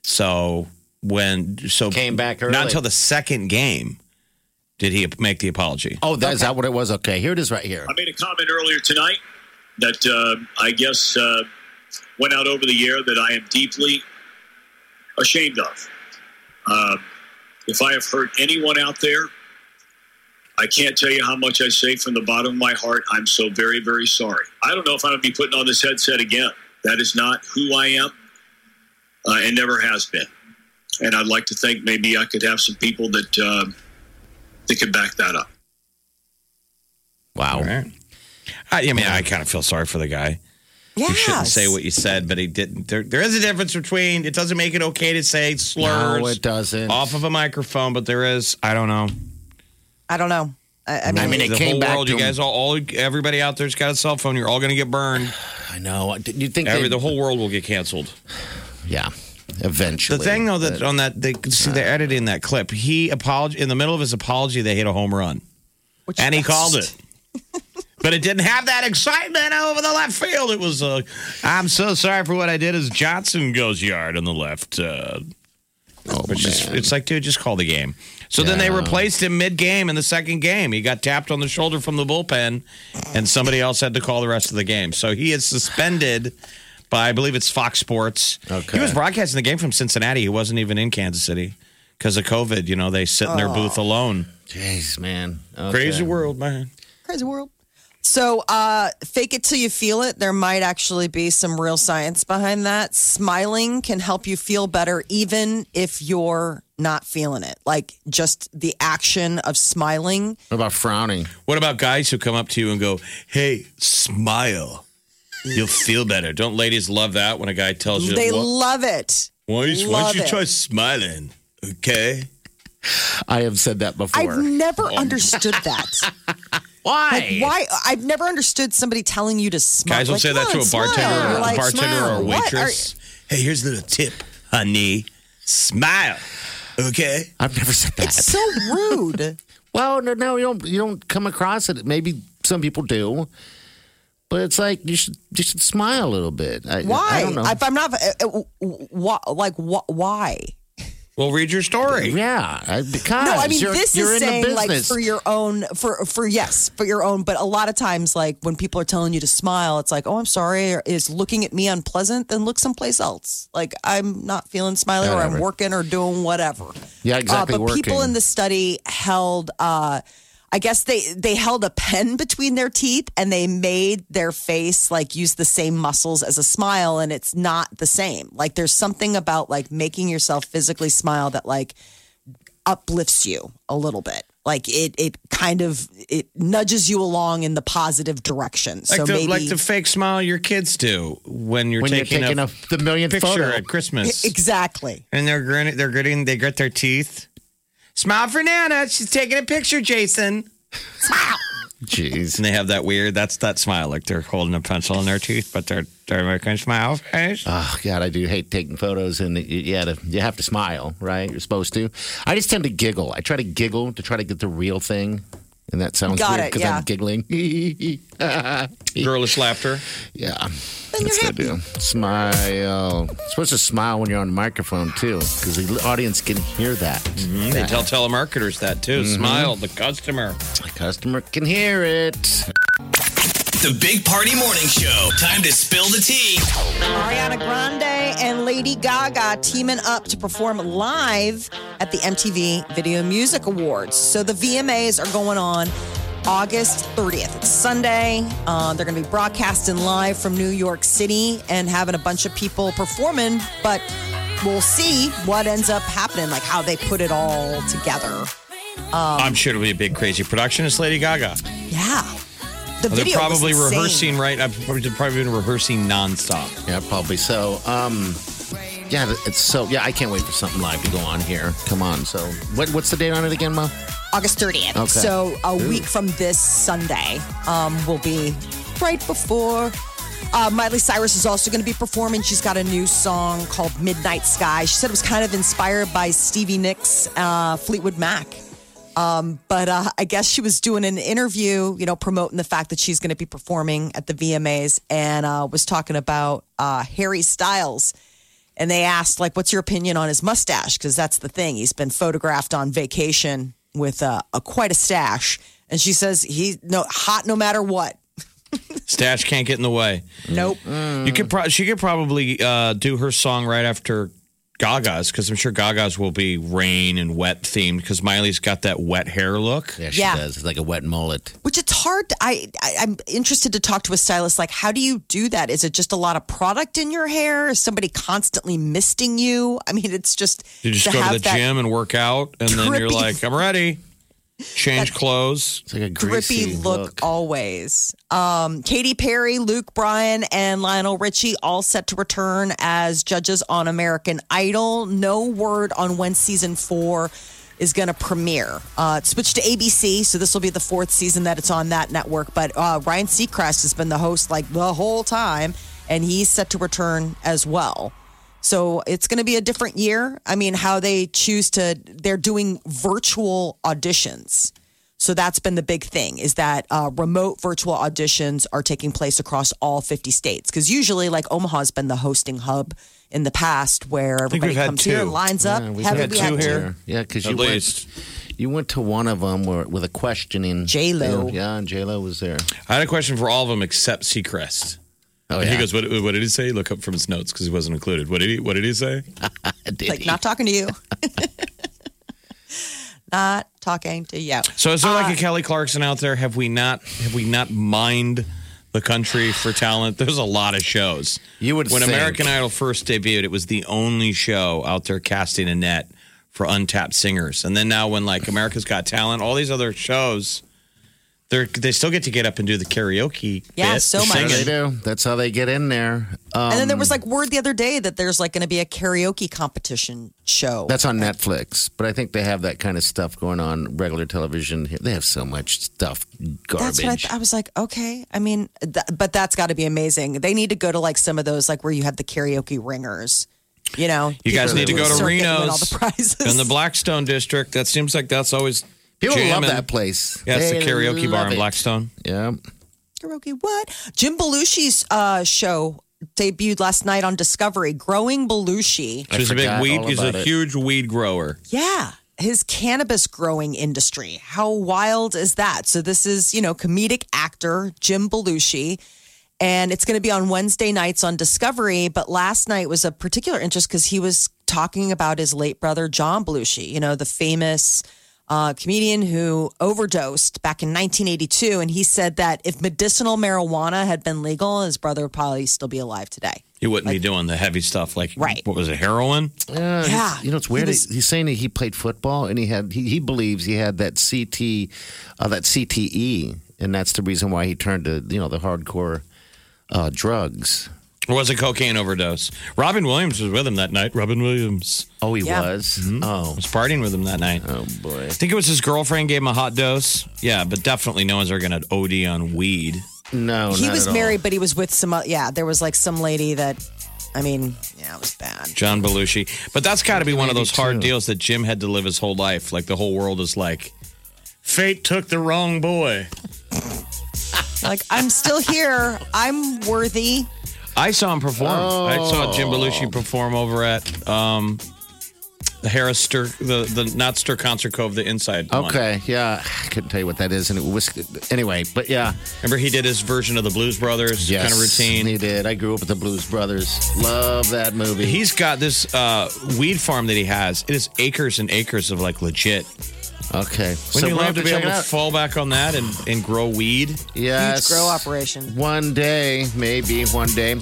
Speaker 5: So when so
Speaker 4: Came back early.
Speaker 5: not until the second game did he make the apology.
Speaker 4: Oh, that, is that what it was? Okay, here it is right here.
Speaker 7: I made a comment earlier tonight that uh, I guess uh, went out over the air that I am deeply ashamed of. Um, if I have hurt anyone out there, I can't tell you how much I say from the bottom of my heart. I'm so very, very sorry. I don't know if I'm going to be putting on this headset again. That is not who I am uh, and never has been. And I'd like to think maybe I could have some people that, uh, that could back that up.
Speaker 4: Wow.
Speaker 5: All right. I, I mean, I kind of feel sorry for the guy.
Speaker 6: Yeah,
Speaker 5: You shouldn't say what you said, but he didn't. There, there is a difference between it doesn't make it okay to say slurs
Speaker 4: No, it doesn't.
Speaker 5: off of a microphone, but there is. I don't know.
Speaker 6: I don't know. I, I mean,
Speaker 4: I mean, it
Speaker 5: the
Speaker 4: came
Speaker 5: whole
Speaker 4: back
Speaker 5: world,
Speaker 4: to
Speaker 5: you
Speaker 4: him.
Speaker 5: guys, all, all everybody out there's got a cell phone. You're all going to get burned.
Speaker 4: I know. You think
Speaker 5: Every,
Speaker 4: they-
Speaker 5: the whole world will get canceled.
Speaker 4: Yeah.
Speaker 5: The
Speaker 4: Eventually.
Speaker 5: thing though that on that they see they're editing that clip. He apolog in the middle of his apology. They hit a home run,
Speaker 6: which
Speaker 5: and he
Speaker 6: best?
Speaker 5: called it. but it didn't have that excitement over the left field. It was, uh, I'm so sorry for what I did. As Johnson goes yard on the left, uh,
Speaker 4: Oh,
Speaker 5: which is
Speaker 4: man.
Speaker 5: it's like, dude, just call the game. So then they replaced him mid game in the second game. He got tapped on the shoulder from the bullpen, and somebody else had to call the rest of the game. So he is suspended by, I believe it's Fox Sports.
Speaker 4: Okay.
Speaker 5: He was broadcasting the game from Cincinnati. He wasn't even in Kansas City because of COVID. You know, they sit in their booth alone.
Speaker 4: Oh. Jeez, man. Okay.
Speaker 5: Crazy world, man.
Speaker 6: Crazy world. So, uh, fake it till you feel it. There might actually be some real science behind that. Smiling can help you feel better, even if you're not feeling it. Like just the action of smiling.
Speaker 4: What about frowning?
Speaker 5: What about guys who come up to you and go, "Hey, smile." You'll feel better. Don't ladies love that when a guy tells you
Speaker 6: They
Speaker 5: "Wha-
Speaker 6: love it.
Speaker 5: Why don't you, why
Speaker 6: Love
Speaker 5: don't you
Speaker 6: it.
Speaker 5: try smiling? Okay.
Speaker 4: I have said that before.
Speaker 6: I've never understood that.
Speaker 4: Why?
Speaker 6: Like, why? I've never understood somebody telling you to smile.
Speaker 5: Guys will
Speaker 6: Like,
Speaker 5: say that
Speaker 6: come
Speaker 5: to a
Speaker 6: on,
Speaker 5: bartender
Speaker 6: smile.
Speaker 5: or
Speaker 6: You're
Speaker 5: a
Speaker 6: like,
Speaker 5: bartender or a
Speaker 6: smile. What are-
Speaker 5: waitress. hey, here's a little tip, honey. Smile. Okay.
Speaker 4: I've never said that.
Speaker 6: It's so rude.
Speaker 4: well, no, no, you don't. You don't come across it. Maybe some people do, but it's like you should. You should smile a little bit. I, I
Speaker 6: Why?
Speaker 4: don't know.
Speaker 6: if I'm not, uh, uh, wh- like, wh- why?
Speaker 5: Well, read your story.
Speaker 4: yeah, I, because
Speaker 6: No, I mean
Speaker 4: you're,
Speaker 6: this
Speaker 4: you're
Speaker 6: is
Speaker 4: in
Speaker 6: saying
Speaker 4: the
Speaker 6: like
Speaker 4: business.
Speaker 6: for your own for for yes for your own. But a lot of times, like when people are telling you to smile, it's like, oh, I'm sorry. Or, Is looking at me unpleasant? Then look someplace else. Like I'm not feeling smiley, or I'm
Speaker 4: Whatever.
Speaker 6: working, or doing whatever.
Speaker 4: Yeah, exactly,
Speaker 6: Uh, but people
Speaker 4: working.
Speaker 6: in the study held. uh I guess they they held a pen between their teeth and they made their face like use the same muscles as a smile and it's not the same. Like there's something about like making yourself physically smile that like uplifts you a little bit. Like it, it kind of it nudges you along in the positive direction.
Speaker 5: Like,
Speaker 6: so
Speaker 5: the,
Speaker 6: maybe
Speaker 5: like the fake smile your kids do when you're
Speaker 4: when
Speaker 5: taking,
Speaker 4: you're taking
Speaker 5: a,
Speaker 4: a, the millionth
Speaker 5: picture
Speaker 4: photo.
Speaker 5: at Christmas.
Speaker 6: exactly.
Speaker 5: and they're grinning, they're gritting, they grit their teeth. Smile for Nana. She's taking a picture, Jason.
Speaker 4: Jeez.
Speaker 5: And they have that weird, that's that smile. Like they're holding a pencil in their tooth, but they're, they're making a smile face.
Speaker 4: Oh God, I do hate taking photos, and you, you, had to, you have to smile, right? You're supposed to. I just tend to giggle. I try to giggle to try to get the real thing, and that sounds
Speaker 6: Got
Speaker 4: weird
Speaker 6: it,
Speaker 4: because
Speaker 6: yeah.
Speaker 4: I'm giggling.
Speaker 5: Girlish laughter.
Speaker 4: Yeah. That's what I do. Smile. You're supposed to smile when you're on the microphone, too, because the audience can hear that.
Speaker 5: They tell telemarketers that too. Smile, the customer.
Speaker 4: Mm-hmm. The customer can hear it.
Speaker 2: The Big Party Morning Show. Time to spill the tea.
Speaker 6: Ariana Grande and Lady Gaga teaming up to perform live at the MTV Video Music Awards. So the VMAs are going on August 30th. It's Sunday. Uh, they're going to be broadcasting live from New York City and having a bunch of people performing, but we'll see what ends up happening, like how they put it all together. Um,
Speaker 5: I'm sure it'll be a big crazy production. It's Lady Gaga.
Speaker 6: Yeah. The
Speaker 5: They're
Speaker 6: video was
Speaker 5: probably
Speaker 6: insane.
Speaker 5: rehearsing right. I've probably, they've probably been rehearsing nonstop.
Speaker 4: Yeah, probably so. Um, yeah, it's so. Yeah, I can't wait for something live to go on here. Come on. So, what, what's the date on it again, Ma?
Speaker 6: August 30th.
Speaker 4: Okay.
Speaker 6: So a week from this Sunday um, will be right before Uh, Miley Cyrus is also going to be performing. She's got a new song called Midnight Sky. She said it was kind of inspired by Stevie Nicks, uh, Fleetwood Mac. Um, but uh, I guess she was doing an interview, you know, promoting the fact that she's going to be performing at the VMAs and uh, was talking about uh, Harry Styles. And they asked, like, what's your opinion on his mustache? Because that's the thing. He's been photographed on vacation with uh, a quite a stash. And she says, he's no, hot no matter what.
Speaker 5: Stash can't get in the way.
Speaker 6: Nope.
Speaker 5: You could pro- she could probably uh, do her song right after Gaga's because I'm sure Gaga's will be rain and wet themed because Miley's got that wet hair look.
Speaker 4: Yeah, she
Speaker 6: Yeah.
Speaker 4: does. It's like a wet mullet.
Speaker 6: Which it's hard. to- I, I I'm interested to talk to a stylist. Like, how do you do that? Is it just a lot of product in your hair? Is somebody constantly misting you? I mean, it's just
Speaker 5: You just
Speaker 6: to
Speaker 5: go to
Speaker 6: have
Speaker 5: the
Speaker 6: that
Speaker 5: gym and work out, and then you're
Speaker 6: drippy-
Speaker 5: like, I'm ready. Change clothes.
Speaker 4: It's like a
Speaker 6: grippy
Speaker 4: greasy
Speaker 6: look, always. Um, Katy Perry, Luke Bryan, and Lionel Richie all set to return as judges on American Idol. No word on when season four is going to premiere. Uh, it switched to ABC, so this will be the fourth season that it's on that network. But uh, Ryan Seacrest has been the host like the whole time, and he's set to return as well. So it's going to be a different year. I mean, how they choose to, they're doing virtual auditions. So that's been the big thing is that uh, remote virtual auditions are taking place across all 50 states. Because usually, like Omaha's been the hosting hub in the past where
Speaker 5: think
Speaker 6: everybody
Speaker 5: we've had
Speaker 6: comes here
Speaker 5: two.
Speaker 6: and lines up.
Speaker 4: Yeah, we've
Speaker 6: Haven't
Speaker 5: had
Speaker 6: we
Speaker 5: two
Speaker 6: had
Speaker 5: here.
Speaker 4: Yeah, because
Speaker 5: At
Speaker 4: you went,
Speaker 5: least.
Speaker 4: you went to one of them where, with a questioning.
Speaker 6: J-Lo.
Speaker 4: Yeah, and J Lo was there.
Speaker 5: I had a question for all of them except Seacrest.
Speaker 4: Oh
Speaker 5: And
Speaker 4: yeah,
Speaker 5: He goes, what, what did he say? Look up from his notes because he wasn't included. What did he What did he say?
Speaker 4: Did
Speaker 6: Like,
Speaker 4: he?
Speaker 6: not talking to you. not talking to you.
Speaker 5: So is there
Speaker 6: Uh,
Speaker 5: like a Kelly Clarkson out there? Have we not Have we not mined the country for talent? There's a lot of shows.
Speaker 4: You would
Speaker 5: when
Speaker 4: think.
Speaker 5: American Idol first debuted, it was the only show out there casting a net for untapped singers. And then now, when like America's Got Talent, all these other shows, they they still get to get up and do the karaoke.
Speaker 6: Yeah,
Speaker 5: bit,
Speaker 6: so
Speaker 5: the
Speaker 6: much.
Speaker 4: That's how they
Speaker 5: singing.
Speaker 4: do. That's how they get in there. Um,
Speaker 6: and then there was like word the other day that there's like going to be a karaoke competition show.
Speaker 4: that's on Netflix, but I think they have that kind of stuff going on regular television. here. They have so much stuff,
Speaker 6: That's
Speaker 4: garbage.
Speaker 6: what I, th- I was like. Okay, I mean, th- but that's got to be amazing. They need to go to like some of those like where you have the karaoke ringers. You know,
Speaker 5: You guys need to go to
Speaker 6: circuit and win
Speaker 5: Reno's
Speaker 6: all the prizes.
Speaker 5: in the Blackstone district. That seems like that's always
Speaker 4: People love
Speaker 5: jamming.
Speaker 4: that place.
Speaker 5: Yeah, it's the
Speaker 4: They
Speaker 5: karaoke bar
Speaker 4: love
Speaker 5: in
Speaker 4: it.
Speaker 5: Blackstone.
Speaker 4: Yeah,
Speaker 6: karaoke. What Jim Belushi's uh, show debuted last night on Discovery. Growing Belushi.
Speaker 4: I
Speaker 5: She's a big
Speaker 4: forgot
Speaker 5: weed.
Speaker 4: all
Speaker 5: He's
Speaker 4: about
Speaker 5: a
Speaker 4: it.
Speaker 5: huge weed grower.
Speaker 6: Yeah. His cannabis growing industry. How wild is that? So, this is, you know, comedic actor Jim Belushi, and it's going to be on Wednesday nights on Discovery. But last night was a particular interest because he was talking about his late brother, John Belushi, you know, the famous uh, comedian who overdosed back in 1982. And he said that if medicinal marijuana had been legal, his brother would probably still be alive today.
Speaker 5: He wouldn't be doing the heavy stuff like
Speaker 6: Right.
Speaker 5: what was it, heroin?
Speaker 4: Yeah,
Speaker 6: Yeah.
Speaker 4: he's- you know it's
Speaker 6: He
Speaker 4: weird.
Speaker 6: was-
Speaker 4: he's saying that he played football and he had he, he believes he had that CT, uh, that CTE, and that's the reason why he turned to you know the hardcore uh, drugs.
Speaker 5: Or was it cocaine overdose? Robin Williams was with him that night. Robin Williams Mm-hmm.
Speaker 4: Oh, he
Speaker 6: Yeah.
Speaker 4: was. Oh,
Speaker 5: was partying with him that night. I
Speaker 4: oh boy.
Speaker 5: think it was his girlfriend gave him a hot dose. Yeah, but definitely no one's ever going to OD on weed.
Speaker 4: No,
Speaker 6: he
Speaker 4: not
Speaker 6: was
Speaker 4: at all.
Speaker 6: married, but he was with some, o- yeah, there was like some lady that, I mean, yeah, it was bad.
Speaker 5: John Belushi. But that's got to be one of those hard
Speaker 4: 82.
Speaker 5: deals that Jim had to live his whole life. Like the whole world is like, fate took the wrong boy.
Speaker 6: Like, I'm still here. I'm worthy.
Speaker 5: I saw him perform. I
Speaker 4: Oh.
Speaker 5: saw Jim Belushi perform over at um, the Harris Stir, the, the not Stir Concert Cove, the inside. one.
Speaker 4: Okay, yeah, I couldn't tell you what that is, and it was anyway. But yeah,
Speaker 5: Remember he did his version of the Blues Brothers
Speaker 4: yes,
Speaker 5: kind of routine.
Speaker 4: He did. I grew up with the Blues Brothers. Love that movie.
Speaker 5: He's got this uh, weed farm that he has. It is acres and acres of like legit.
Speaker 4: okay.
Speaker 5: Wouldn't you
Speaker 4: we'll
Speaker 5: love to be
Speaker 4: check
Speaker 5: able
Speaker 4: it
Speaker 5: to
Speaker 4: out.
Speaker 5: fall back on that and, and grow weed?
Speaker 4: yes,
Speaker 6: Huge grow operation.
Speaker 4: One day, maybe one day.
Speaker 2: You're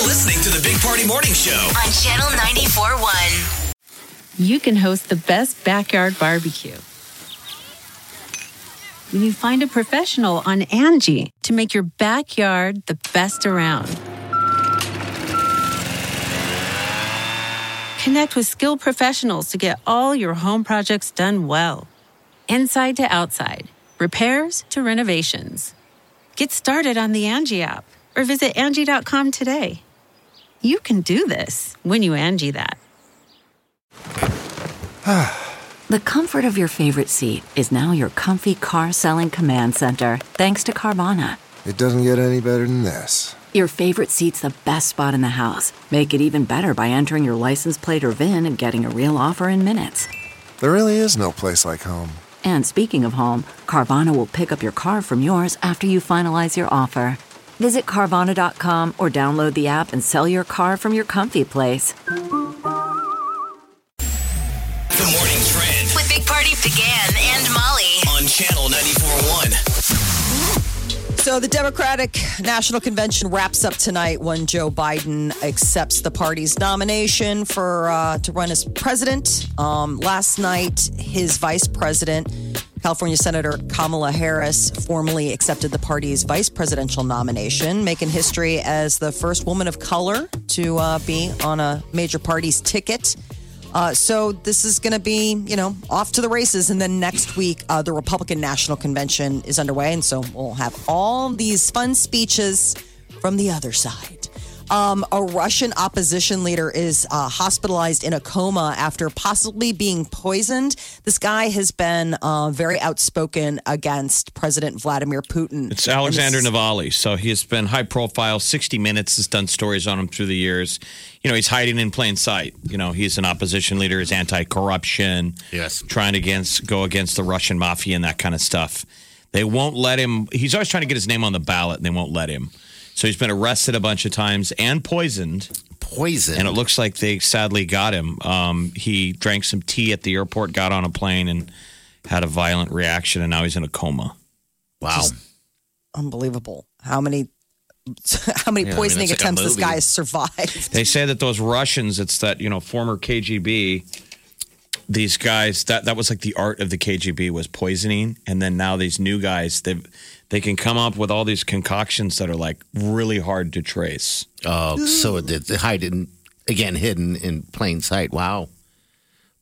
Speaker 2: listening to the Big Party Morning Show.
Speaker 3: On Channel 94.1.
Speaker 9: you can host the best backyard barbecue. When you find a professional on Angie to make your backyard the best around. Connect with skilled professionals to get all your home projects done well. Inside to outside, repairs to renovations. Get started on the Angie app or visit Angie.com today. You can do this when you Angie that.
Speaker 10: The comfort of your favorite seat is now your comfy car selling command center, thanks to Carvana.
Speaker 11: It doesn't get any better than this.
Speaker 10: Your favorite seat's the best spot in the house. Make it even better by entering your license plate or VIN and getting a real offer in minutes.
Speaker 11: There really is no place like home.
Speaker 10: And speaking of home, Carvana will pick up your car from yours after you finalize your offer. Visit Carvana.com or download the app and sell your car from your comfy place.
Speaker 2: The morning trend
Speaker 3: With Big Party began and Molly.
Speaker 2: on channel 94.1.
Speaker 6: So the Democratic National Convention wraps up tonight when Joe Biden accepts the party's nomination for uh, to run as president. Um, last night, his vice president, California Senator Kamala Harris, formally accepted the party's vice presidential nomination, making history as the first woman of color to uh, be on a major party's ticket. Uh, so this is going to be, you know, off to the races. And then next week, uh, the Republican National Convention is underway. And so we'll have all these fun speeches from the other side. Um, a Russian opposition leader is uh, hospitalized in a coma after possibly being poisoned. This guy has been uh, very outspoken against President Vladimir Putin.
Speaker 5: It's Alexander Navalny. So he has been high profile. 60 Minutes has done stories on him through the years. You know, he's hiding in plain sight. You know, he's an opposition leader, he's anti corruption.
Speaker 4: Yes.
Speaker 5: Trying to against, go against the Russian mafia and that kind of stuff. They won't let him. He's always trying to get his name on the ballot and they won't let him. So he's been arrested a bunch of times and poisoned.
Speaker 4: Poison.
Speaker 5: And it looks like they sadly got him. Um, he drank some tea at the airport, got on a plane, and had a violent reaction, and now he's in a coma.
Speaker 4: wow.
Speaker 6: Unbelievable. How many. How many
Speaker 4: Yeah, I mean,
Speaker 6: poisoning
Speaker 4: it's like a
Speaker 6: attempts this
Speaker 4: movie.
Speaker 6: guy has survived?
Speaker 5: They say that those Russians, it's that, you know, former KGB, these guys, that, that was like the art of the KGB was poisoning. And then now these new guys, they they can come up with all these concoctions that are like really hard to trace.
Speaker 4: Oh, so it did hiding again, hidden in plain sight. Wow.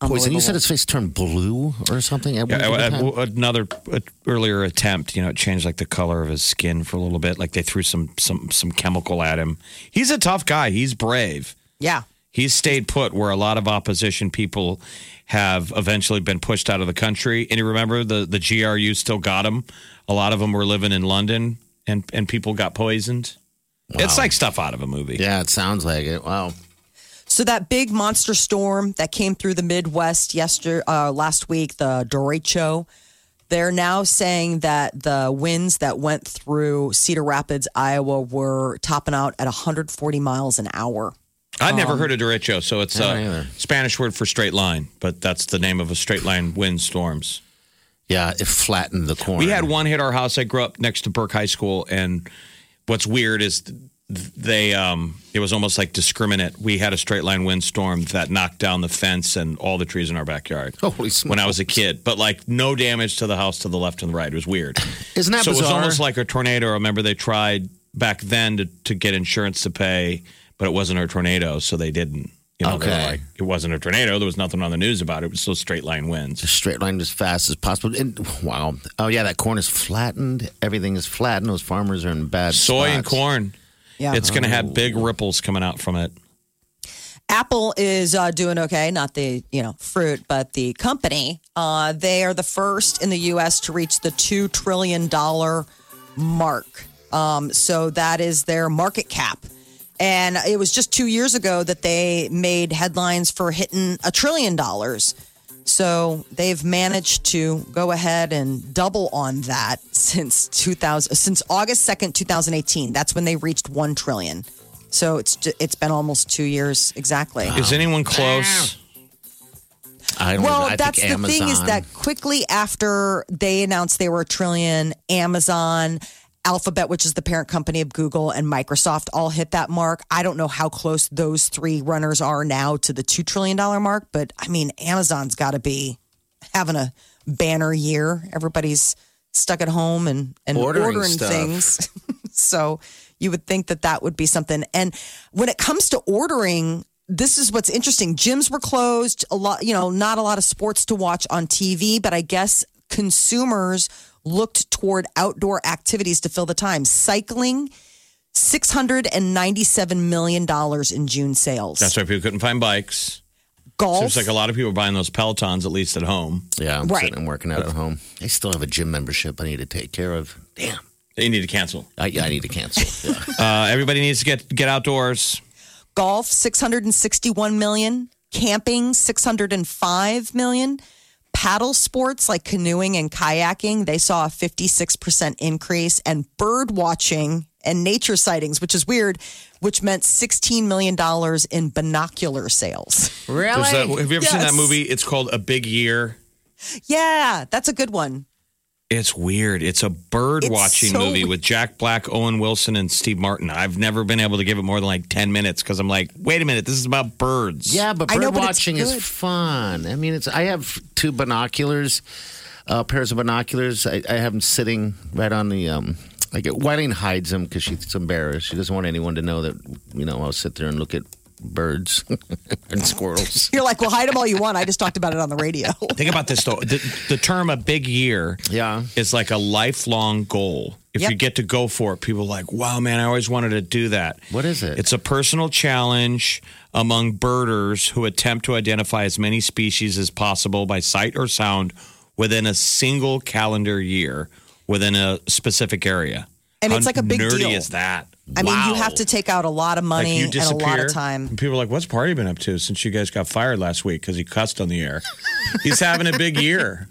Speaker 4: Poison. You said his face turned blue or something. At one
Speaker 5: Yeah,
Speaker 4: point in
Speaker 5: uh,
Speaker 4: time?
Speaker 5: uh, another uh, earlier attempt, you know, it changed like the color of his skin for a little bit. Like they threw some some some chemical at him. He's a tough guy. He's brave.
Speaker 6: Yeah.
Speaker 5: He's stayed put where a lot of opposition people have eventually been pushed out of the country. And you remember the, the GRU still got him. A lot of them were living in London and, and people got poisoned. It's like stuff out of a movie.
Speaker 4: yeah, it sounds like it. Wow.
Speaker 6: So that big monster storm that came through the Midwest yesterday, uh, last week, the derecho, they're now saying that the winds that went through Cedar Rapids, Iowa, were topping out at 140 miles an hour.
Speaker 5: I'd never heard of derecho, so
Speaker 4: I
Speaker 5: it's
Speaker 4: don't
Speaker 5: a
Speaker 4: either.
Speaker 5: Spanish word for straight line, but that's the name of a straight line wind storms.
Speaker 4: Yeah, it flattened the corner.
Speaker 5: We had one hit our house. I grew up next to Burke High School, and what's weird is th- they um, it was almost like discriminate. We had a straight line windstorm that knocked down the fence and all the trees in our backyard.
Speaker 4: Holy smokes.
Speaker 5: When I was a kid, but like no damage to the house to the left and the right. It was weird.
Speaker 4: Isn't that
Speaker 5: so? It was
Speaker 4: bizarre?
Speaker 5: almost like a tornado. I remember they tried back then to, to get insurance to pay, but it wasn't a tornado, so they didn't. You know, they were
Speaker 4: Okay.
Speaker 5: like, it wasn't a tornado. There was nothing on the news about it. It was still straight line winds.
Speaker 4: straight line as fast as possible. And wow. Oh yeah, that corn is flattened. Everything is flattened. Those farmers are in bad.
Speaker 5: Soy
Speaker 4: spots.
Speaker 5: and corn.
Speaker 6: Yeah.
Speaker 5: It's going to have big ripples coming out from it.
Speaker 6: Apple is uh, doing okay, not the you know fruit, but the company. Uh, they are the first in the U.S. to reach the two trillion dollar mark. Um, so that is their market cap. And it was just two years ago that they made headlines for hitting a trillion dollars. So they've managed to go ahead and double on that since 2000, since August 2nd, 2018. That's when they reached 1 trillion. So it's ju- it's been almost 2 years exactly.
Speaker 5: Is anyone close?
Speaker 4: I don't know.
Speaker 6: Well,
Speaker 4: I
Speaker 6: that's the
Speaker 4: think Amazon,
Speaker 6: thing is that quickly after they announced they were a trillion, Amazon, Alphabet, which is the parent company of Google, and Microsoft all hit that mark. I don't know how close those three runners are now to the $2 trillion mark, but I mean, Amazon's got to be having a banner year. Everybody's stuck at home and, and ordering,
Speaker 4: Ordering stuff.
Speaker 6: things. so you would think that that would be something. And when it comes to ordering, this is what's interesting. Gyms were closed, a lot, you know, not a lot of sports to watch on TV, but I guess consumers looked toward outdoor activities to fill the time. Cycling, $697 million in June sales.
Speaker 5: That's why people couldn't find bikes.
Speaker 6: Golf.
Speaker 5: Seems like a lot of people are buying those Pelotons, at least at home. Uh,
Speaker 4: Yeah, I'm
Speaker 6: Right.
Speaker 4: sitting and working out at home. I still have a gym membership I need to take care of. Damn.
Speaker 5: You need to cancel.
Speaker 4: I, I need to cancel. Yeah.
Speaker 5: Uh, everybody needs to get get outdoors.
Speaker 6: golf 661 million camping 605 million paddle sports like canoeing and kayaking they saw a 56% increase and bird watching and nature sightings which is weird which meant $16 million in binocular sales
Speaker 4: Really?
Speaker 5: There's that- have you ever seen that
Speaker 6: Yes.
Speaker 5: movie? It's called A Big Year.
Speaker 6: yeah that's a good one
Speaker 5: It's weird. It's a bird
Speaker 6: It's
Speaker 5: watching
Speaker 6: so
Speaker 5: movie
Speaker 6: weird.
Speaker 5: with Jack Black, Owen Wilson, and Steve Martin. I've never been able to give it more than like 10 minutes because I'm like, wait a minute, this is about birds.
Speaker 4: Yeah, but
Speaker 6: I
Speaker 4: bird
Speaker 6: know, but it's
Speaker 4: watching is
Speaker 6: good.
Speaker 4: fun. I mean, it's. I have two binoculars, uh, pairs of binoculars. I, I have them sitting right on the. Um, I get Whiting hides them because she's embarrassed. She doesn't want anyone to know that. You know, I'll sit there and look at birds and squirrels.
Speaker 6: you're like well hide them all you want i just talked about it on the radio
Speaker 5: Think about this though. The, the term a big year
Speaker 4: Yeah.
Speaker 5: is like a lifelong goal. If
Speaker 6: Yep.
Speaker 5: you get to go for it, people are like, wow, man, I always wanted to do that.
Speaker 4: What is it?
Speaker 5: It's a personal challenge among birders who attempt to identify as many species as possible by sight or sound within a single calendar year within a specific area.
Speaker 6: And
Speaker 5: How
Speaker 6: it's like a big
Speaker 5: nerdy
Speaker 6: deal.
Speaker 5: is that?
Speaker 6: i mean you
Speaker 5: Wow.
Speaker 6: have to take out a lot of
Speaker 5: Like,
Speaker 6: money
Speaker 5: you
Speaker 6: and a lot
Speaker 5: disappear.
Speaker 6: of time
Speaker 5: And people are like, "What's Party been up to since you guys got fired last week?" Because he cussed on the air. He's having a big year.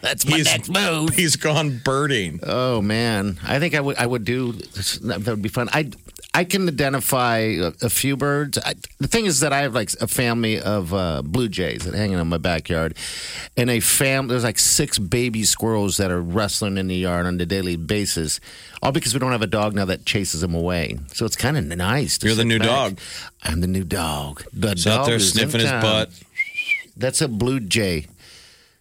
Speaker 4: That's my
Speaker 5: He's
Speaker 4: next move.
Speaker 5: He's gone birding.
Speaker 4: Oh man, I think I would. I would do. That would be fun. I. I can identify a, a few birds. I, the thing is that I have like a family of uh, blue jays that hanging in my backyard, and a fam. There's like six baby squirrels that are wrestling in the yard on a daily basis, all because we don't have a dog now that chases them away. So it's kind of nice. To
Speaker 5: You're the
Speaker 4: sit
Speaker 5: new
Speaker 4: back.
Speaker 5: dog.
Speaker 4: I'm the new dog. The
Speaker 5: He's
Speaker 4: dog
Speaker 5: out there
Speaker 4: is in
Speaker 5: sniffing his
Speaker 4: town.
Speaker 5: butt.
Speaker 4: That's a blue jay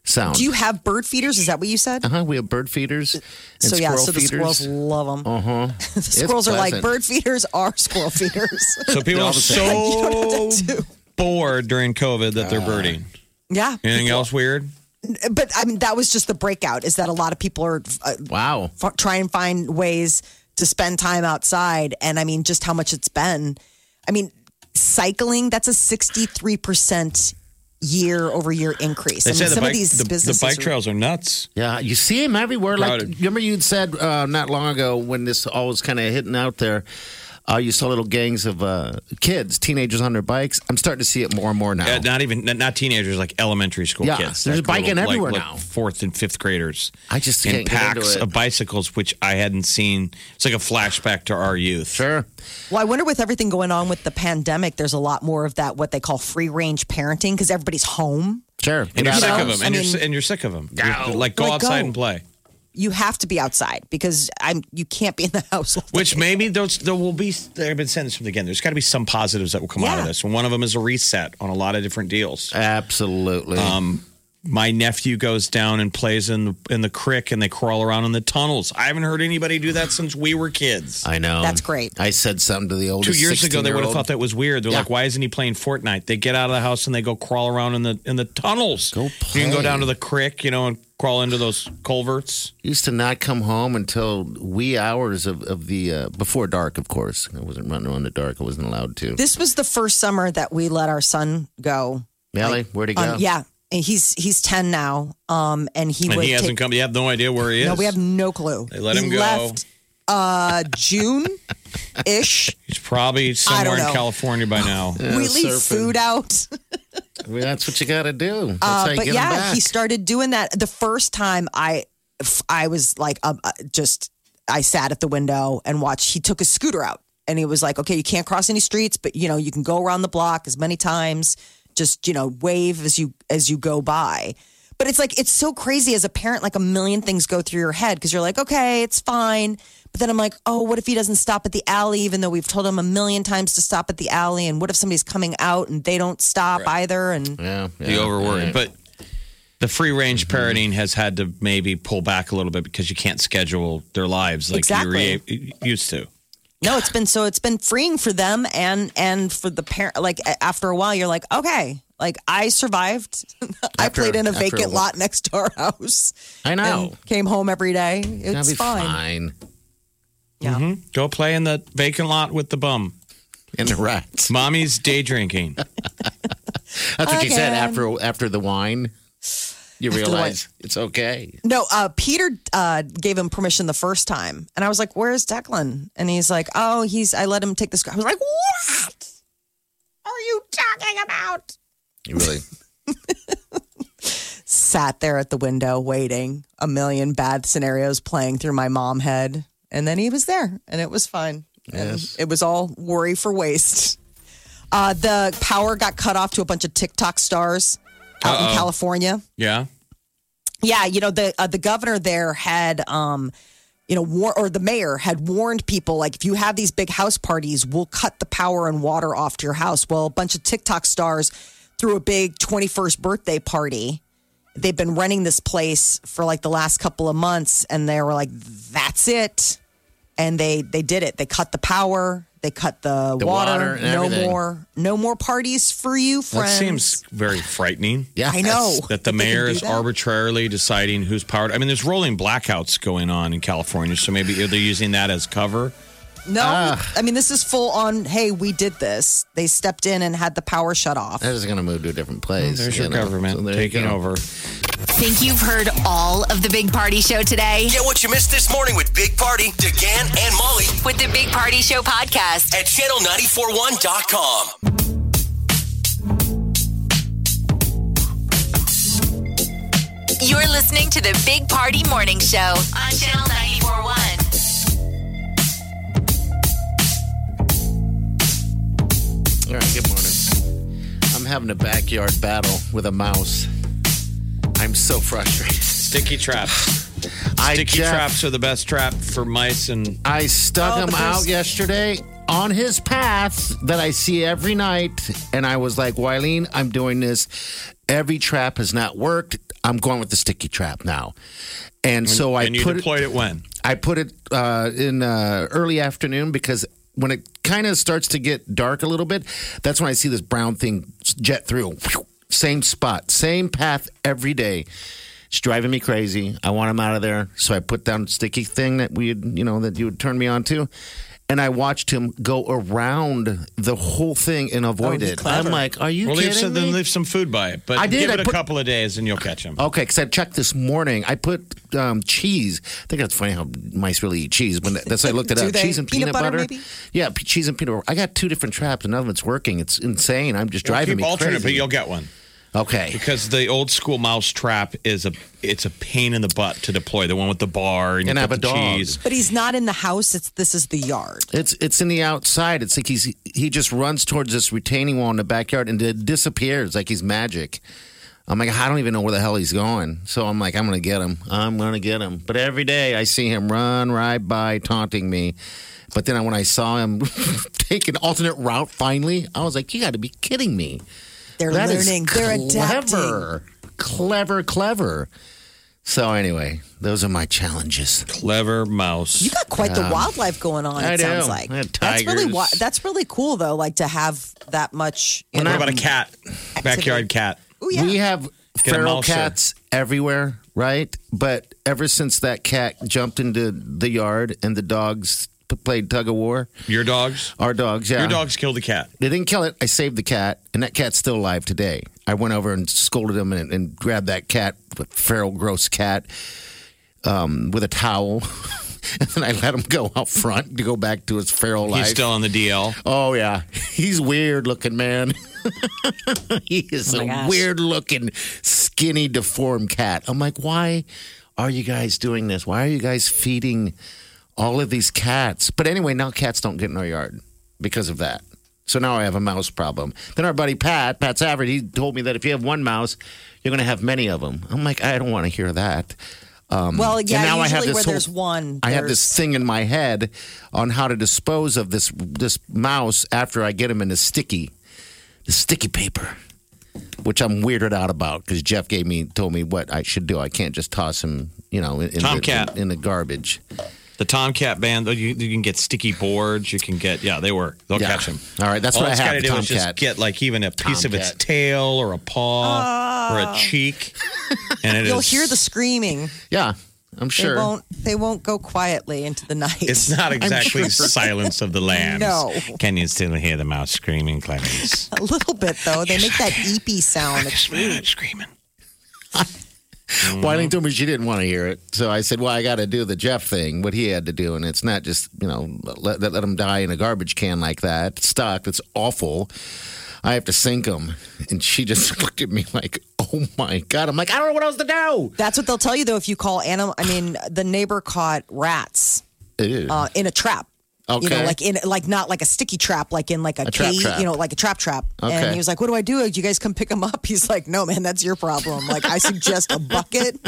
Speaker 4: sound.
Speaker 6: do you have bird feeders is that what you said
Speaker 4: uh-huh, we have bird feeders and
Speaker 6: so yeah
Speaker 4: squirrel
Speaker 6: so the
Speaker 4: feeders.
Speaker 6: squirrels love them
Speaker 4: Uh-huh.
Speaker 6: The squirrels are like bird feeders are squirrel feeders.
Speaker 5: So people are
Speaker 4: all the same.
Speaker 5: so
Speaker 6: do.
Speaker 5: bored during COVID that
Speaker 4: Uh,
Speaker 5: they're birding.
Speaker 6: yeah,
Speaker 5: Anything else weird?
Speaker 6: but I mean that was just the breakout. Is that a lot of people are uh,
Speaker 4: Wow.
Speaker 6: f- trying to find ways to spend time outside, and I mean just how much it's been. I mean, cycling that's a sixty three percent year over year increase.
Speaker 5: They
Speaker 6: I mean,
Speaker 5: say the
Speaker 6: some
Speaker 5: bike,
Speaker 6: of these
Speaker 5: the, the
Speaker 6: businesses
Speaker 5: bike
Speaker 6: are-
Speaker 5: trails are nuts.
Speaker 4: Yeah, you see him everywhere.
Speaker 5: Crowded.
Speaker 4: Like, remember you'd said uh, not long ago when this all was kind of hitting out there, uh, you saw little gangs of uh, kids, teenagers on their bikes. I'm starting to see it more and more now.
Speaker 5: Uh, not even not- not teenagers, like elementary school
Speaker 4: Yeah,
Speaker 5: kids.
Speaker 4: there's
Speaker 5: like
Speaker 4: biking
Speaker 5: little-
Speaker 4: everywhere
Speaker 5: like-
Speaker 4: now.
Speaker 5: like Fourth and fifth graders.
Speaker 4: I just
Speaker 5: in
Speaker 4: can't get into
Speaker 5: packs
Speaker 4: it.
Speaker 5: of bicycles, which I hadn't seen. It's like a flashback to our youth.
Speaker 4: sure.
Speaker 6: Well, I wonder with everything going on with the pandemic, there's a lot more of that what they call free range parenting because everybody's home.
Speaker 4: Sure.
Speaker 5: And you're
Speaker 6: You
Speaker 5: sick
Speaker 6: know,
Speaker 5: of them.
Speaker 6: I
Speaker 5: And,
Speaker 6: mean-
Speaker 5: you're, and you're sick of them. Like, go
Speaker 6: Like,
Speaker 5: outside
Speaker 6: go.
Speaker 5: and play.
Speaker 6: You have to be outside because I'm you can't be in the house. all day.
Speaker 5: Which maybe those there will be. There have been saying this from the beginning. There's got to be some positives that will come out of
Speaker 6: Yeah.
Speaker 5: this, and one of them is a reset on a lot of different deals. Um,
Speaker 4: Absolutely.
Speaker 5: My nephew goes down and plays in the, in the creek, and they crawl around in the tunnels. I haven't heard anybody do that since we were kids.
Speaker 4: I know.
Speaker 6: That's great.
Speaker 4: Um, I said something to the
Speaker 5: Two
Speaker 4: oldest.
Speaker 5: years ago, they would have
Speaker 4: 16-year-old.
Speaker 5: thought that was weird. They're
Speaker 4: Yeah.
Speaker 5: like, "Why isn't he playing Fortnite?" They get out of the house and they go crawl around in the in the tunnels.
Speaker 4: Go
Speaker 5: You can go
Speaker 4: play.
Speaker 5: down to the creek, you know, and crawl into those culverts.
Speaker 4: used to not come home until wee hours of, of the uh, before dark. Of course, I wasn't running around in the dark. I wasn't allowed to.
Speaker 6: this was the first summer that we let our son go.
Speaker 4: Really? Where'd he go?
Speaker 6: Um, yeah, and he's he's ten now. Um, and he
Speaker 5: And
Speaker 6: would
Speaker 5: he hasn't
Speaker 6: take,
Speaker 5: come. You have no idea where he is.
Speaker 6: No, we have no clue. They
Speaker 5: let
Speaker 6: he
Speaker 5: him go.
Speaker 6: Left, uh, June ish.
Speaker 5: He's probably somewhere in
Speaker 6: know.
Speaker 5: California by now.
Speaker 6: we leave
Speaker 4: surfing.
Speaker 6: food out.
Speaker 4: Well, that's what you got to do. That's how
Speaker 6: Uh,
Speaker 4: you
Speaker 6: but
Speaker 4: get 'em
Speaker 6: yeah,
Speaker 4: back.
Speaker 6: he started doing that the first time. I f- I was like, um, uh, just I sat at the window and watched. He took his scooter out, and he was like, "Okay, you can't cross any streets, but you know you can go around the block as many times. Just you know wave as you as you go by." But it's like it's so crazy as a parent. Like a million things go through your head because you're like, "Okay, it's fine." But then I'm like, oh, what if he doesn't stop at the alley, even though we've told him a million times to stop at the alley? And what if somebody's coming out and they don't stop either? And
Speaker 4: yeah, yeah, Mm-hmm.
Speaker 5: the overworried.
Speaker 4: yeah.
Speaker 5: But the free range parenting has had to maybe pull back a little bit because you can't schedule their lives like
Speaker 6: Exactly.
Speaker 5: you re- used to.
Speaker 6: No, it's been so it's been freeing for them and and for the parent. Like a- after a while, you're like, okay, like I survived. I
Speaker 4: After-
Speaker 6: played in a
Speaker 4: after a
Speaker 6: vacant
Speaker 4: while.
Speaker 6: lot next to our house.
Speaker 4: I know.
Speaker 6: and came home every day.
Speaker 4: That'll
Speaker 6: It's
Speaker 4: be
Speaker 6: fine.
Speaker 4: fine.
Speaker 6: Yeah.
Speaker 5: Mm-hmm. Go play in the vacant lot with the bum.
Speaker 4: And the rats.
Speaker 5: Mommy's day drinking.
Speaker 4: That's what you said
Speaker 6: Again.
Speaker 4: after after the wine. You
Speaker 6: the wine.
Speaker 4: realize it's okay.
Speaker 6: No, uh, Peter uh, gave him permission the first time, and I was like, "Where's Declan?" And he's like, "Oh, he's." I let him take this. I was like, "What are you talking about?"
Speaker 4: You really.
Speaker 6: Sat there at the window waiting, a million bad scenarios playing through my mom head, and then he was there, and it was fine. And
Speaker 4: Yes.
Speaker 6: It was all worry for waste. Uh, the power got cut off to a bunch of TikTok stars out in California.
Speaker 5: Yeah.
Speaker 6: Yeah, you know the uh, the governor there had, um, you know, war or the mayor had warned people like if you have these big house parties, we'll cut the power and water off to your house. Well, a bunch of TikTok stars threw a big 21st birthday party. They've been renting this place for like the last couple of months, and they were like, "That's it," and they they did it. They cut the power. They cut the,
Speaker 4: The water and
Speaker 6: no
Speaker 4: everything.
Speaker 6: more, no more parties for you,
Speaker 5: That
Speaker 6: friends.
Speaker 5: seems very frightening.
Speaker 4: Yeah.
Speaker 6: I know.
Speaker 5: That the
Speaker 6: They can
Speaker 5: mayor
Speaker 6: do
Speaker 5: is
Speaker 6: that.
Speaker 5: arbitrarily deciding who's powered. I mean, there's rolling blackouts going on in California, so maybe they're using that as cover.
Speaker 6: No,
Speaker 4: Ah.
Speaker 6: I mean this is full on. Hey, we did this. They stepped in and had the power shut off.
Speaker 4: That is going to move to a different place.
Speaker 5: There's
Speaker 4: you
Speaker 5: your
Speaker 4: know.
Speaker 5: government
Speaker 4: So there you
Speaker 5: taking
Speaker 4: go.
Speaker 5: over.
Speaker 3: Think you've heard all of the Big Party Show today?
Speaker 2: Get what you missed this morning with Big Party, DeGan, and Molly
Speaker 3: With the Big Party Show podcast.
Speaker 2: at channel941.com.
Speaker 3: You're listening to the Big Party Morning Show on Channel 941.
Speaker 4: All right, good morning. I'm having a backyard battle with a mouse. I'm so frustrated.
Speaker 5: Sticky traps.
Speaker 4: I
Speaker 5: Sticky
Speaker 4: Jeff,
Speaker 5: traps are the best trap for mice and
Speaker 4: I stuck
Speaker 6: Oh,
Speaker 4: him
Speaker 6: the
Speaker 4: out
Speaker 6: first-
Speaker 4: yesterday on his path that I see every night, and I was like, Wileen, I'm doing this. Every trap has not worked. I'm going with the sticky trap now. And so I
Speaker 5: and you
Speaker 4: put it,
Speaker 5: deployed it when?
Speaker 4: I put it uh, in uh, early afternoon because when it kind of starts to get dark a little bit, that's when I see this brown thing jet through. Same spot, same path every day. It's driving me crazy. I want him out of there, so I put down sticky thing that we, had, you know, that you would turn me on to, and I watched him go around the whole thing and avoid
Speaker 6: Oh, he's
Speaker 4: it. I'm
Speaker 6: clever.
Speaker 4: like, are you
Speaker 5: Well, leave
Speaker 4: kidding
Speaker 5: some,
Speaker 4: me?
Speaker 5: then leave some food by it. But
Speaker 4: I did,
Speaker 5: give it
Speaker 4: I
Speaker 5: a
Speaker 4: put-
Speaker 5: couple of days and you'll catch them.
Speaker 4: Okay, because I checked this morning. I put um, cheese. I think that's funny how mice really eat cheese. When that's I looked it
Speaker 6: Do
Speaker 4: up.
Speaker 6: they?
Speaker 4: Cheese and peanut,
Speaker 6: Peanut butter,
Speaker 4: butter.
Speaker 6: maybe?
Speaker 4: Yeah, p- cheese and peanut butter. I got two different traps, and none of it's working. It's insane. I'm just driving
Speaker 5: Keep
Speaker 4: me
Speaker 5: alternate,
Speaker 4: crazy.
Speaker 5: but you'll get one
Speaker 4: okay,
Speaker 5: because the old school mouse trap is a it's a pain in the butt to deploy. The one with the bar and,
Speaker 4: And
Speaker 5: you
Speaker 4: have
Speaker 5: put
Speaker 4: a
Speaker 5: the
Speaker 4: dog.
Speaker 5: cheese.
Speaker 6: but he's not in the house. It's this is the yard.
Speaker 4: it's it's in the outside. It's like he's he just runs towards this retaining wall in the backyard and it disappears like he's magic. I'm like, I don't even know where the hell he's going. So I'm like, I'm gonna get him. I'm gonna get him. But every day I see him run right by, taunting me. But then when I saw him take an alternate route, finally, I was like, you got to be kidding me.
Speaker 6: They're
Speaker 4: That is
Speaker 6: learning. They're adapting.
Speaker 4: clever, clever, clever. So anyway, those are my challenges. Um,
Speaker 5: Clever mouse.
Speaker 6: You got quite the wildlife going on.
Speaker 4: I
Speaker 6: It sounds
Speaker 4: do.
Speaker 6: like
Speaker 4: I had
Speaker 6: that's really
Speaker 4: tigers.
Speaker 6: wi- that's really cool though. Like to have that much. You
Speaker 5: What
Speaker 6: know,
Speaker 5: about a cat? Backyard cat.
Speaker 6: Ooh, yeah.
Speaker 4: We have
Speaker 5: Get a
Speaker 4: feral
Speaker 5: mouser.
Speaker 4: cats everywhere, right? But ever since that cat jumped into the yard and the dogs p- played tug of war,
Speaker 5: Your dogs.
Speaker 4: our dogs, yeah,
Speaker 5: Your dogs killed the cat.
Speaker 4: They didn't kill it. I saved the cat, and that cat's still alive today. I went over and scolded him and, and grabbed that cat, feral, gross cat, um, with a towel. and then I let him go out front to go back to his feral life.
Speaker 5: He's still on the DL.
Speaker 4: Oh yeah, he's weird looking man. he is a weird looking, skinny, deformed cat. I'm like, why are you guys doing this? Why are you guys feeding all of these cats? But anyway, now cats don't get in our yard because of that. So now I have a mouse problem. Then our buddy Pat, Pat Savard, he told me that if you have one mouse, you're going to have many of them. I'm like, I don't want to hear that. Um,
Speaker 6: well, yeah.
Speaker 4: now
Speaker 6: usually
Speaker 4: I have this
Speaker 6: where
Speaker 4: whole-
Speaker 6: there's one,
Speaker 4: I have this
Speaker 6: there's-
Speaker 4: thing in my head on how to dispose of this this mouse after I get him in the sticky, the sticky paper, which I'm weirded out about because Jeff gave me told me what I should do. I can't just toss him, you know, in, in, the,
Speaker 5: Tomcat.
Speaker 4: in, the garbage.
Speaker 5: The Tomcat band, though, you, you can get sticky boards. You can get, yeah, they work. They'll
Speaker 4: Yeah.
Speaker 5: catch them.
Speaker 4: All right, that's
Speaker 5: All
Speaker 4: what I
Speaker 5: it's
Speaker 4: have,
Speaker 5: gotta
Speaker 4: the
Speaker 5: do is just
Speaker 4: Tomcat.
Speaker 5: get like even a piece of its
Speaker 4: Tomcat.
Speaker 5: tail or a paw or a cheek, and it
Speaker 6: Ah. You'll
Speaker 5: is-
Speaker 6: hear the screaming.
Speaker 4: Yeah, I'm
Speaker 6: They won't. They won't go quietly into the night.
Speaker 5: It's not exactly silence of the lambs.
Speaker 6: No.
Speaker 5: Can you still hear the mouse screaming, Clemens?
Speaker 6: a little bit though. They make that eepy sound. It's rude.
Speaker 5: screaming.
Speaker 4: Whiting told me she didn't want to hear it. So I said, Well, I got to do the Jeff thing, what he had to do. And it's not just, you know, let, let, let him die in a garbage can like that, stuck. That's awful. I have to sink him. And she just looked at me like, Oh my God. I'm like, I don't know what else to do.
Speaker 6: That's what they'll tell you though if you call animal. I mean, the neighbor caught rats
Speaker 4: Ew.
Speaker 6: uh, in a trap. You know,
Speaker 4: Okay.
Speaker 6: like in like not like a sticky trap, like in like a,
Speaker 4: A trap
Speaker 6: cage,
Speaker 4: trap.
Speaker 6: you know, like a trap trap. And
Speaker 4: Okay.
Speaker 6: he was like, "What do I do? Do you guys come pick him up?" He's like, "No, man, that's your problem. Like, I suggest a bucket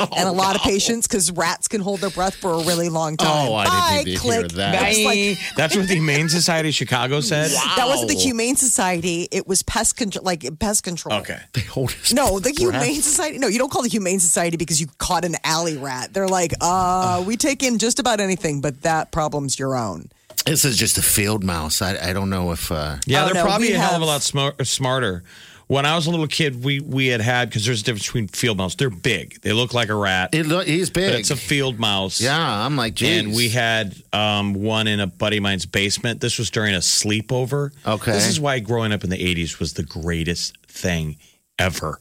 Speaker 4: Oh,
Speaker 6: and a lot of patience because rats can hold their breath for a really long time."
Speaker 5: Oh, I
Speaker 6: Bye,
Speaker 5: didn't need to
Speaker 6: click.
Speaker 5: hear that.
Speaker 6: It was like-
Speaker 5: That's what the Humane Society of Chicago said.
Speaker 6: That wasn't the Humane Society. It was pest control, like pest control.
Speaker 5: Okay.
Speaker 4: They hold his
Speaker 6: No, the
Speaker 4: breath.
Speaker 6: Humane Society. No, you don't call the Humane Society because you caught an alley rat. They're like, uh, we take in just about anything, but that problem's your own.
Speaker 4: This is just a field mouse. I, I don't know if. Uh,
Speaker 5: Yeah,
Speaker 6: Oh,
Speaker 5: they're
Speaker 6: no,
Speaker 5: probably
Speaker 6: we
Speaker 5: a hell of
Speaker 6: have-
Speaker 5: a lot smar- smarter. When I was a little kid, we we had had because there's a difference between field mouse. They're big. They look like a rat.
Speaker 4: it, look- he's
Speaker 5: but
Speaker 4: big.
Speaker 5: it's a field mouse.
Speaker 4: yeah, I'm like, geez.
Speaker 5: And we had um, one in a buddy of mine's basement. This was during a sleepover.
Speaker 4: Okay.
Speaker 5: This is why growing up in the 80s was the greatest thing ever.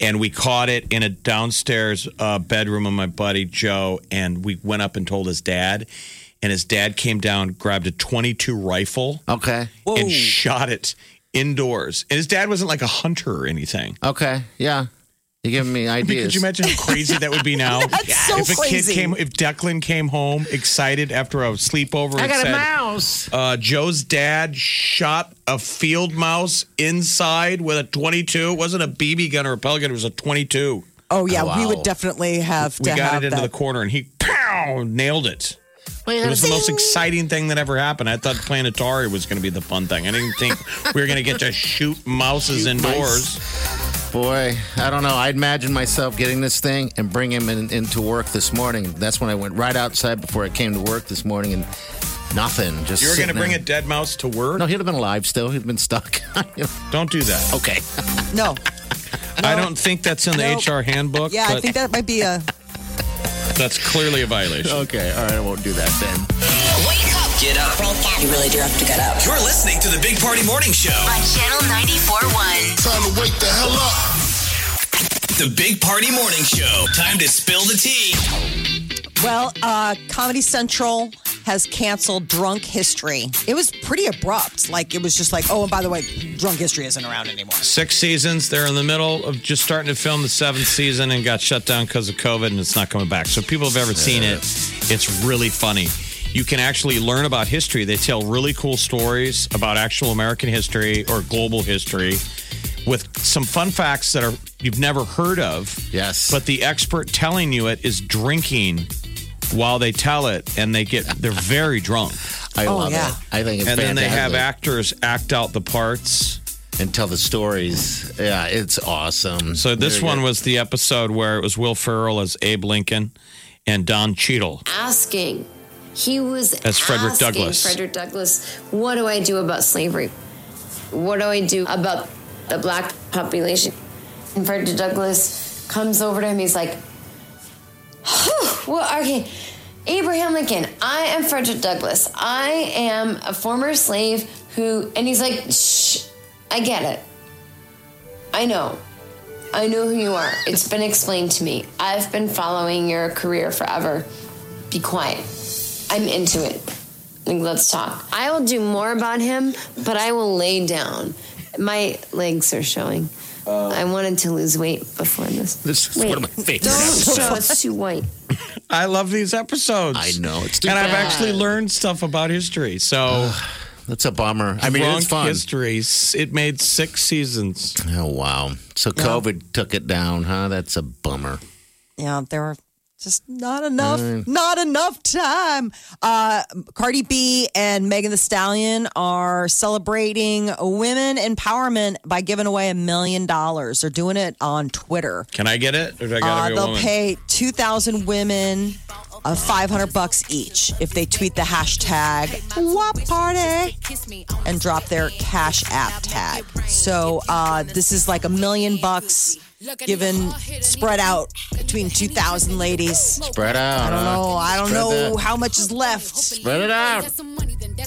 Speaker 5: And we caught it in a downstairs uh, bedroom of my buddy Joe. And we went up and told his dad. And his dad came down, grabbed a 22 rifle,
Speaker 4: Okay.
Speaker 5: and shot it indoors. And his dad wasn't like a hunter or anything.
Speaker 4: Okay. Yeah. You're giving me
Speaker 5: I mean,
Speaker 4: ideas.
Speaker 5: could you imagine how crazy that would be now?
Speaker 6: That's so
Speaker 5: if a
Speaker 6: crazy.
Speaker 5: kid came, if Declan came home excited after a sleepover,
Speaker 4: I
Speaker 5: and
Speaker 4: got a
Speaker 5: said,
Speaker 4: mouse.
Speaker 5: Uh, Joe's dad shot a field mouse inside with a 22. It wasn't a BB gun or a pellet gun. It was a 22.
Speaker 6: Oh yeah, we
Speaker 4: Wow.
Speaker 6: would definitely have
Speaker 5: We
Speaker 6: to
Speaker 5: got
Speaker 6: have
Speaker 5: it into
Speaker 6: that.
Speaker 5: the corner, and he pow nailed it. It was the most exciting thing that ever happened. I thought playing Atari was going to be the fun thing. I didn't think we were going to get to shoot mouses indoors.
Speaker 4: Boy, I don't know. I imagine myself getting this thing and bring him in, into work this morning. That's when I went right outside before I came to work this morning and nothing. Just
Speaker 5: You were going to
Speaker 4: sitting
Speaker 5: bring a
Speaker 4: there.
Speaker 5: dead mouse to work?
Speaker 4: No, he'd have been alive still. He'd been stuck.
Speaker 5: Don't do that.
Speaker 4: okay.
Speaker 6: no,
Speaker 5: I don't think that's in the
Speaker 6: Nope.
Speaker 5: HR handbook.
Speaker 6: yeah, I
Speaker 5: but
Speaker 6: think that might be a.
Speaker 5: that's clearly a violation.
Speaker 4: Okay. All right. I won't do that then.
Speaker 3: Wake up
Speaker 2: Get up.
Speaker 3: You really do have to get up.
Speaker 2: You're listening to the Big Party Morning Show.
Speaker 3: On Channel 94.1.
Speaker 11: Time to wake the hell up.
Speaker 2: The Big Party Morning Show. Time to spill the tea.
Speaker 6: Well, uh, Comedy Central has canceled Drunk History. It was pretty abrupt. Like it was just like, oh, and by the way, Drunk History isn't around anymore.
Speaker 5: Six seasons. They're in the middle of just starting to film the seventh season and got shut down because of COVID and it's not coming back. So, if people have ever seen it. It's really funny. You can actually learn about history. They tell really cool stories about actual American history or global history with some fun facts that are you've never heard of.
Speaker 4: Yes.
Speaker 5: But the expert telling you it is drinking while they tell it and they get they're very drunk.
Speaker 4: I
Speaker 6: Oh,
Speaker 4: love
Speaker 6: yeah.
Speaker 4: it. I think it's
Speaker 5: and then they have
Speaker 4: fantastic.
Speaker 5: actors act out the parts.
Speaker 4: and tell the stories. Yeah, it's awesome.
Speaker 5: So this
Speaker 4: Very
Speaker 5: one
Speaker 4: good.
Speaker 5: was the episode where it was Will Ferrell as Abe Lincoln and Don Cheadle.
Speaker 12: asking. He was
Speaker 5: That's Frederick
Speaker 12: asking
Speaker 5: Douglass.
Speaker 12: Frederick Douglass, what do I do about slavery? What do I do about the black population? And Frederick Douglass comes over to him. He's like, "Whew, well, okay, Abraham Lincoln. I am Frederick Douglass. I am a former slave who, and he's like, shh, I get it. I know. I know who you are. It's been explained to me. I've been following your career forever. Be quiet. I'm into it. Like, let's talk. I will do more about him, but I will lay down. My legs are showing. I wanted to lose weight before this.
Speaker 4: Uh, This is one of my favorite
Speaker 12: Don't show it's too white.
Speaker 5: I love these episodes.
Speaker 4: I know, it's too
Speaker 5: and I've
Speaker 4: bad.
Speaker 5: actually learned stuff about history. So
Speaker 4: That's a bummer. I mean,
Speaker 5: Drunk
Speaker 4: it's fun.
Speaker 5: history. s- It made six seasons.
Speaker 4: Oh wow. So COVID took it down, huh? That's a bummer.
Speaker 6: Yeah, there were Just not enough, not enough time. Uh, Cardi B and Megan the Stallion are celebrating women empowerment by giving away a million dollars. They're doing it on Twitter.
Speaker 5: Can I get it? Or do I gotta
Speaker 6: Uh,
Speaker 5: be a
Speaker 6: they'll
Speaker 5: woman?
Speaker 6: pay 2,000 women uh, 500 bucks each if they tweet the hashtag WAP party and drop their Cash App tag. So uh, this is like a million bucks given spread out between 2,000 ladies.
Speaker 4: Spread
Speaker 6: I
Speaker 4: out.
Speaker 6: don't
Speaker 4: huh?
Speaker 6: know. I don't
Speaker 4: Spread
Speaker 6: know
Speaker 4: that.
Speaker 6: how much is left.
Speaker 4: Spread it out.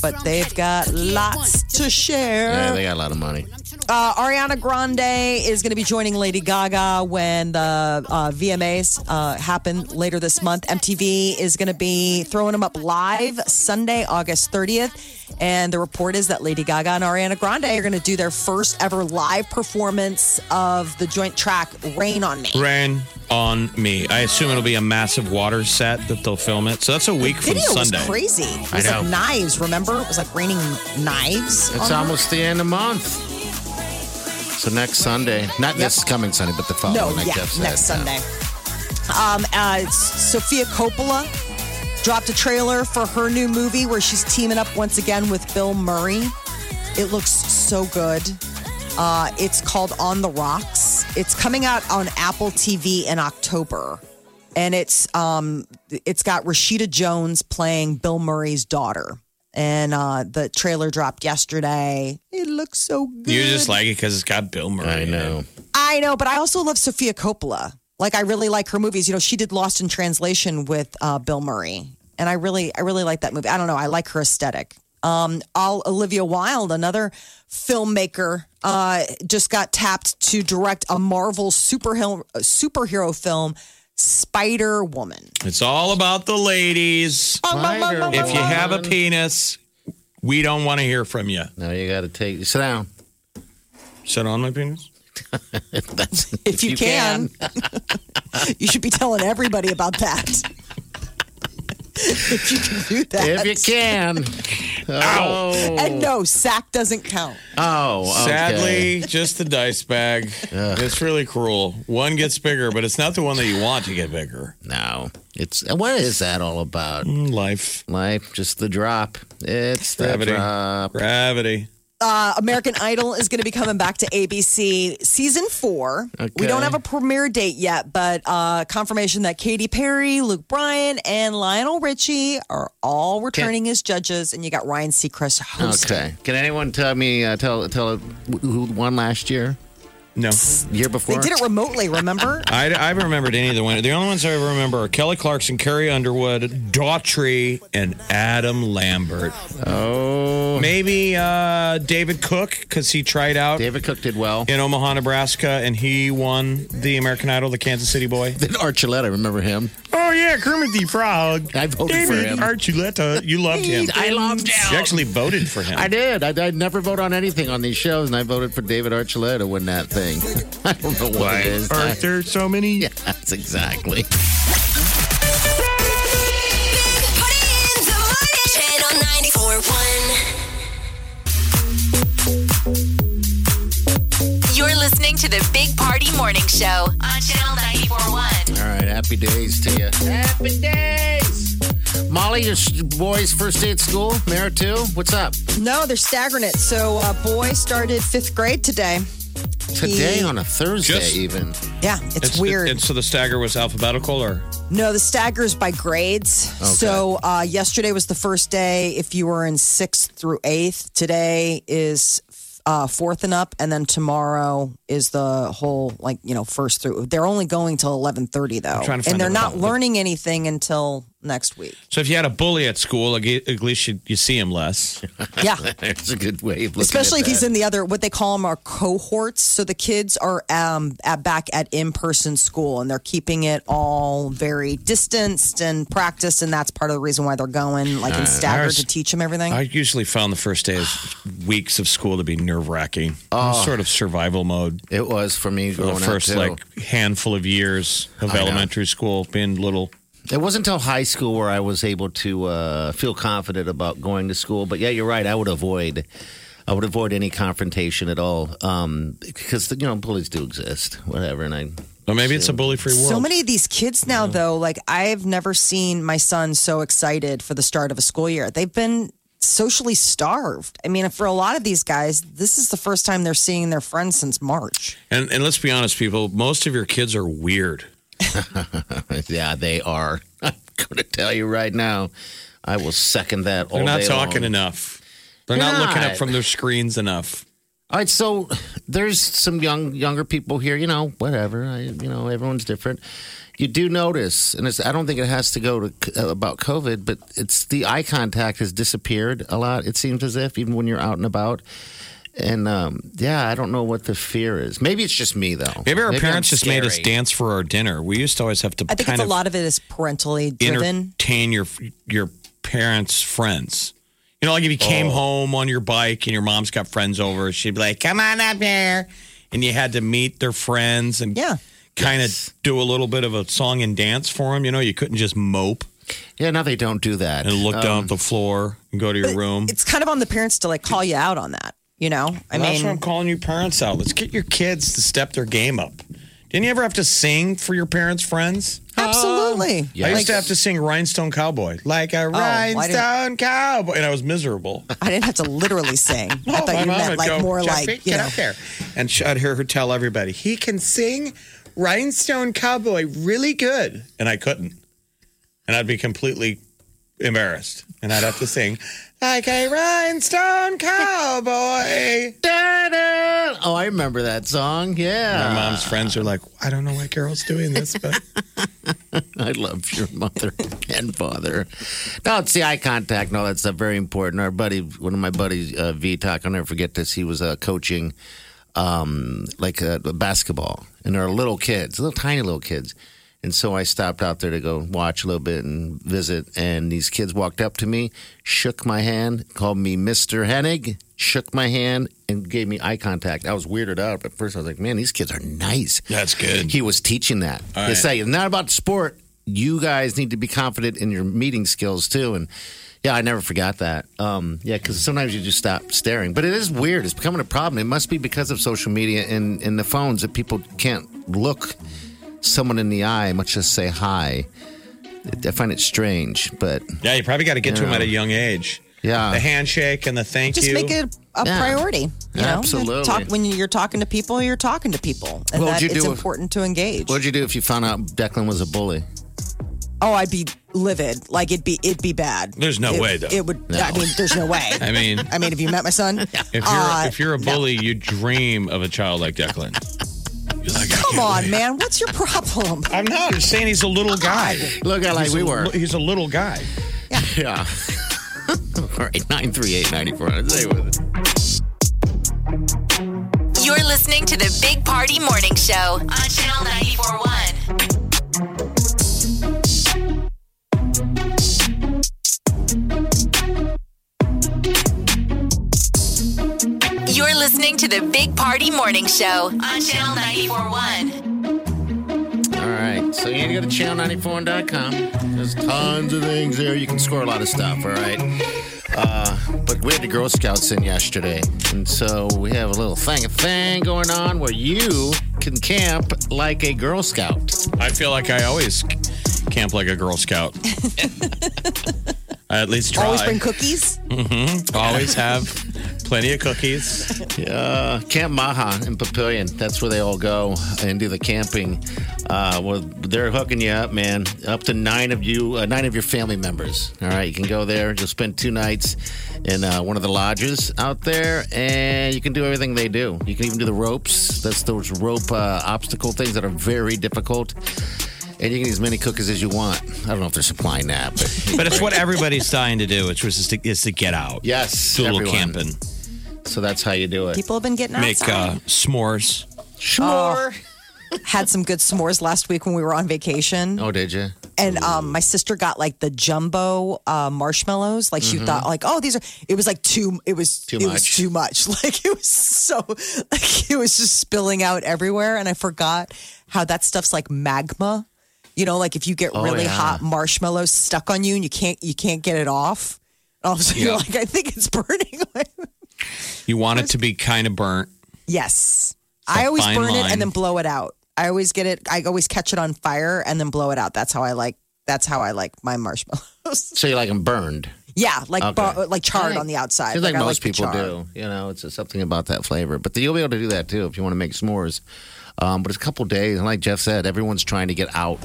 Speaker 6: But they've got lots to share.
Speaker 4: Yeah, they got a lot of money.
Speaker 6: Uh, Ariana Grande is going to be joining Lady Gaga when the uh, VMAs uh, happen later this month. MTV is going to be throwing them up live Sunday, August 30th. And the report is that Lady Gaga and Ariana Grande are going to do their first ever live performance of the joint track Rain on Me.
Speaker 5: Rain on me. I assume it'll be a massive water set that they'll film it. So that's a week from
Speaker 6: Video
Speaker 5: Sunday.
Speaker 6: was crazy. It
Speaker 5: I
Speaker 6: was
Speaker 5: know.
Speaker 6: like knives, remember? It was like raining knives.
Speaker 4: It's
Speaker 6: on her.
Speaker 4: almost the end of month. So next Sunday, not this coming Sunday, but the
Speaker 6: No,
Speaker 4: following. I
Speaker 6: yeah,
Speaker 4: guess,
Speaker 6: next Sunday.
Speaker 4: yeah.
Speaker 6: Um, uh, Sophia Coppola dropped a trailer for her new movie where she's teaming up once again with Bill Murray. It looks so good. Uh, it's called On the Rocks. It's coming out on Apple TV in October, and it's um, it's got Rashida Jones playing Bill Murray's daughter. And uh, the trailer dropped yesterday. It looks so good.
Speaker 5: You just like it because it's got Bill Murray. I know.
Speaker 6: I know, but I also love Sophia Coppola. Like I really like her movies. You know, she did Lost in Translation with uh, Bill Murray, and I really, I really like that movie. I don't know, I like her aesthetic. Um, all Olivia Wilde, another filmmaker, uh, just got tapped to direct a Marvel superhero superhero film, Spider Woman.
Speaker 5: It's all about the ladies. If you have a penis, we don't want to hear from you.
Speaker 4: No, you got to take. Sit down.
Speaker 5: Sit on my penis.
Speaker 4: That's,
Speaker 6: If, you, can, you should be telling everybody about that. if you can do that,
Speaker 4: If you can. Oh.
Speaker 6: And no, sack doesn't count.
Speaker 4: Oh, okay.
Speaker 5: Sadly, just the dice bag. It's really cruel. One gets bigger, but it's not the one that you want to get bigger.
Speaker 4: No, it's what is that all about?
Speaker 5: Mm, Life,
Speaker 4: life, just the drop. It's the
Speaker 5: Gravity.
Speaker 4: drop.
Speaker 5: Gravity.
Speaker 6: Uh, American Idol is going to be coming back to ABC season four. We
Speaker 4: Okay.
Speaker 6: don't have a premiere date yet, but uh, confirmation that Katy Perry, Luke Bryan, and Lionel Richie are all returning as judges, and you got Ryan Seacrest hosting.
Speaker 4: Okay. Can anyone tell me uh, tell tell who won last year?
Speaker 5: No.
Speaker 4: Year before.
Speaker 6: They did it remotely, remember?
Speaker 5: I, I haven't remembered any of the winners. The only ones I remember are Kelly Clarkson, Carrie Underwood, Daughtry, and Adam Lambert.
Speaker 4: Oh.
Speaker 5: Maybe uh, David Cook, because he tried out.
Speaker 4: David Cook did well.
Speaker 5: In Omaha, Nebraska, and he won the American Idol, the Kansas City boy.
Speaker 4: Then Archuleta, remember him?
Speaker 5: Oh, yeah, Kermit the Frog.
Speaker 4: I voted for him.
Speaker 5: Archuleta, you loved him.
Speaker 4: I loved him.
Speaker 5: You actually voted for him.
Speaker 4: I did. I, I never vote on anything on these shows, and I voted for David Archuleta to win that thing. I don't know what it is.
Speaker 5: Aren't there so many?
Speaker 4: Yeah, that's exactly.
Speaker 3: Channel 941. You're listening to the Big Party Morning Show on Channel 941.
Speaker 4: All right, happy days to you. Happy days. Molly, your s- boys' first day at school, Mara too. What's up?
Speaker 6: no, they're staggering it. So, uh, boy started fifth grade today.
Speaker 4: Today
Speaker 6: He-
Speaker 4: on a Thursday,
Speaker 5: Just-
Speaker 4: even.
Speaker 6: Yeah, it's, weird.
Speaker 5: and so the stagger was alphabetical, or
Speaker 6: No, the staggers by grades. So uh, yesterday was the first day if you were in sixth through eighth. Today is uh, fourth and up, and then tomorrow is the whole like you know first through. They're only going till eleven thirty though,
Speaker 5: trying to
Speaker 6: and
Speaker 5: find
Speaker 6: they're
Speaker 5: the
Speaker 6: not
Speaker 5: problem.
Speaker 6: learning anything until next week.
Speaker 5: so if you had a bully at school, at ge- at least you, you see him less.
Speaker 6: Yeah.
Speaker 4: There's a good way of looking
Speaker 6: Especially
Speaker 4: at
Speaker 6: if he's
Speaker 4: that.
Speaker 6: in the other, what they call them are cohorts. So the kids are um, at, back at in person school and they're keeping it all very distanced and practiced. And that's part of the reason why they're going like in staggered
Speaker 5: ours-
Speaker 6: to teach them everything.
Speaker 5: I usually found the first days, weeks of school to be nerve wracking. Sort of survival mode
Speaker 4: Oh. It was for me
Speaker 5: for the
Speaker 4: growing up,
Speaker 5: first
Speaker 4: too.
Speaker 5: like handful of years of
Speaker 4: I know.
Speaker 5: elementary school, being little.
Speaker 4: It wasn't until high school where I was able to uh, feel confident about going to school. But yeah, you're right. I would avoid, I would avoid any confrontation at all um, because you know bullies do exist, whatever. And I
Speaker 5: Well, maybe it's a bully-free world.
Speaker 6: So many of these kids now, though, like I've never seen my son so excited for the start of a school year. They've been socially starved. I mean, for a lot of these guys, this is the first time they're seeing their friends since March.
Speaker 5: And and let's be honest, people. Most of your kids are weird.
Speaker 4: yeah, they are. I'm going to tell you right now. I will second that.
Speaker 5: They're
Speaker 4: all
Speaker 5: not
Speaker 4: day
Speaker 5: talking
Speaker 4: long.
Speaker 5: enough. They're not, looking up from their screens enough.
Speaker 4: All right, so there's some young younger people here. You know, whatever. I, you know, everyone's different. You do notice, and it's, I don't think it has to go to uh, about COVID, but it's the eye contact has disappeared a lot. It seems as if even when you're out and about. And um, yeah, I don't know what the fear is. Maybe it's just me though.
Speaker 5: Maybe our
Speaker 4: I'm
Speaker 5: parents just made us
Speaker 4: scary.
Speaker 5: dance for our dinner. We used to always have to
Speaker 6: I think
Speaker 5: kind
Speaker 6: it's a
Speaker 5: of
Speaker 6: lot of it is parentally driven.
Speaker 5: entertain your your parents' friends. You know, like if you came
Speaker 4: Oh.
Speaker 5: home on your bike and your mom's got friends over, she'd be like, "Come on up here," and you had to meet their friends and
Speaker 6: yeah,
Speaker 5: kind of do a little bit of a song and dance for them. You know, you couldn't just mope.
Speaker 4: Yeah, now they don't do that. Um,
Speaker 5: And look down at the floor and go to your room.
Speaker 6: It's kind of on the parents to like call you out on that. You know, I
Speaker 5: Well, that's
Speaker 6: mean,
Speaker 5: why I'm calling you parents out. Let's get your kids to step their game up. Didn't you ever have to sing for your parents' friends?
Speaker 6: Uh, absolutely.
Speaker 5: I
Speaker 6: Like,
Speaker 5: used to have to sing Rhinestone Cowboy, like a
Speaker 6: why
Speaker 5: rhinestone cowboy, and I was miserable.
Speaker 6: I didn't have to literally sing. I
Speaker 5: My
Speaker 6: thought you
Speaker 5: mom
Speaker 6: meant
Speaker 5: would
Speaker 6: like
Speaker 5: go,
Speaker 6: more
Speaker 5: "Jeffrey,
Speaker 6: like you
Speaker 5: get
Speaker 6: know.
Speaker 5: out there, and she- I'd hear her tell everybody he can sing Rhinestone Cowboy really good, and I couldn't, and I'd be completely embarrassed, and I'd have to sing like a rhinestone cowboy.
Speaker 4: Oh, I remember that song.
Speaker 5: My
Speaker 4: Yeah,
Speaker 5: mom's friends are like, I don't know why Carol's doing this, but
Speaker 4: I love your mother and father. No, it's the eye contact. No, that's uh, very important. Our buddy, one of my buddies, uh, VTOC, I'll never forget this. He was uh, coaching um, like uh, basketball, and they're little kids, little tiny little kids. And so I stopped out there to go watch a little bit and visit. And these kids walked up to me, shook my hand, called me Mr. Hennig, shook my hand, and gave me eye contact. I was weirded out. At first, I was like, man, these kids are nice.
Speaker 5: that's good.
Speaker 4: He was teaching that.
Speaker 5: All
Speaker 4: They
Speaker 5: right.
Speaker 4: say it's not about sport. You guys need to be confident in your meeting skills too. And yeah, I never forgot that. Um, yeah, because sometimes you just stop staring. But it is weird. It's becoming a problem. It must be because of social media and, and the phones that people can't look someone in the eye, much less say hi. I find it strange, but
Speaker 5: Yeah, you probably got to get to
Speaker 4: Yeah.
Speaker 5: him at a young age.
Speaker 4: yeah.
Speaker 5: The handshake and the thank
Speaker 6: Just
Speaker 5: you.
Speaker 6: make it a
Speaker 4: Yeah.
Speaker 6: priority. You know,
Speaker 4: Absolutely.
Speaker 6: Talk, when you're talking to people, you're talking to people, and
Speaker 4: What would
Speaker 6: that
Speaker 4: you
Speaker 6: it's
Speaker 4: do if-
Speaker 6: important to engage.
Speaker 4: What'd you do if you found out Declan was a bully?
Speaker 6: Oh, I'd be livid. Like it'd be it'd be bad.
Speaker 5: There's no
Speaker 6: It-
Speaker 5: way, though.
Speaker 6: It would. I mean, there's no way.
Speaker 5: I mean,
Speaker 6: I mean, have you met my son?
Speaker 5: if you're
Speaker 6: Uh,
Speaker 5: if you're a bully, you dream of a child like Declan. You're like, I
Speaker 6: Come
Speaker 5: can't
Speaker 6: on,
Speaker 5: wait.
Speaker 6: man. What's your problem?
Speaker 5: I'm not. Oh, I'm just saying he's a little guy.
Speaker 4: Look at like
Speaker 5: He's
Speaker 4: we
Speaker 5: a-
Speaker 4: were.
Speaker 5: He's a little guy.
Speaker 4: Yeah. All right, 938 9400. Stay with us.
Speaker 3: You're listening to the Big Party Morning Show on Channel 941. You're listening to the Big Party Morning Show on Channel 941.
Speaker 4: All right. So you need to go to channel94.com. There's tons of things there. You can score a lot of stuff, all right? Uh, but we had the Girl Scouts in yesterday. And so we have a little thing, a thing going on where you can camp like a Girl Scout.
Speaker 5: I feel like I always c- camp like a Girl Scout. I at least try.
Speaker 6: Always bring cookies.
Speaker 5: Mm-hmm. Always have plenty of cookies.
Speaker 4: Uh, Camp Maha in Papillion. That's where they all go and do the camping. Uh, well, they're hooking you up, man. Up to nine of you, uh, nine of your family members. All right, you can go there. You'll spend two nights in uh, one of the lodges out there, and you can do everything they do. You can even do the ropes. That's those rope uh, obstacle things that are very difficult. And you can eat as many cookies as you want. I don't know if they're supplying that, but
Speaker 5: But it's what everybody's dying to do, which was just to, is to get out.
Speaker 4: yes,
Speaker 5: Do a little
Speaker 4: everyone.
Speaker 5: camping.
Speaker 4: So that's how you do it.
Speaker 6: People have been getting
Speaker 5: Make
Speaker 6: outside.
Speaker 5: uh, s'mores.
Speaker 4: Sure.
Speaker 6: Had some good s'mores last week when we were on vacation,
Speaker 4: oh, did you?
Speaker 6: and um, my sister got like the jumbo uh, marshmallows. Like she thought, like, oh, these are. It was like too. It was
Speaker 4: Mm-hmm. Too
Speaker 6: it was
Speaker 4: much.
Speaker 6: too much. Like it was so. Like it was just spilling out everywhere, and I forgot how that stuff's like magma. You know, like if you get
Speaker 4: Oh,
Speaker 6: really
Speaker 4: yeah.
Speaker 6: hot marshmallows stuck on you and you can't you can't get it off. And all of a sudden, you're
Speaker 5: Yeah.
Speaker 6: like, I think it's burning.
Speaker 5: You want it to be kind of burnt.
Speaker 6: Yes.
Speaker 5: a
Speaker 6: I always
Speaker 5: fine
Speaker 6: burn it
Speaker 5: line.
Speaker 6: and then blow it out. I always get it. I always catch it on fire and then blow it out. That's how I like. That's how I like my marshmallows.
Speaker 4: So you like them burned?
Speaker 6: Yeah, like
Speaker 4: Okay.
Speaker 6: bu- like charred on the outside.
Speaker 4: Seems like,
Speaker 6: I
Speaker 4: most
Speaker 6: the
Speaker 4: people
Speaker 6: char.
Speaker 4: do. You know, it's just something about that flavor. But you'll be able to do that too if you want to make s'mores. Um, but it's a couple days, and like Jeff said, everyone's trying to get out,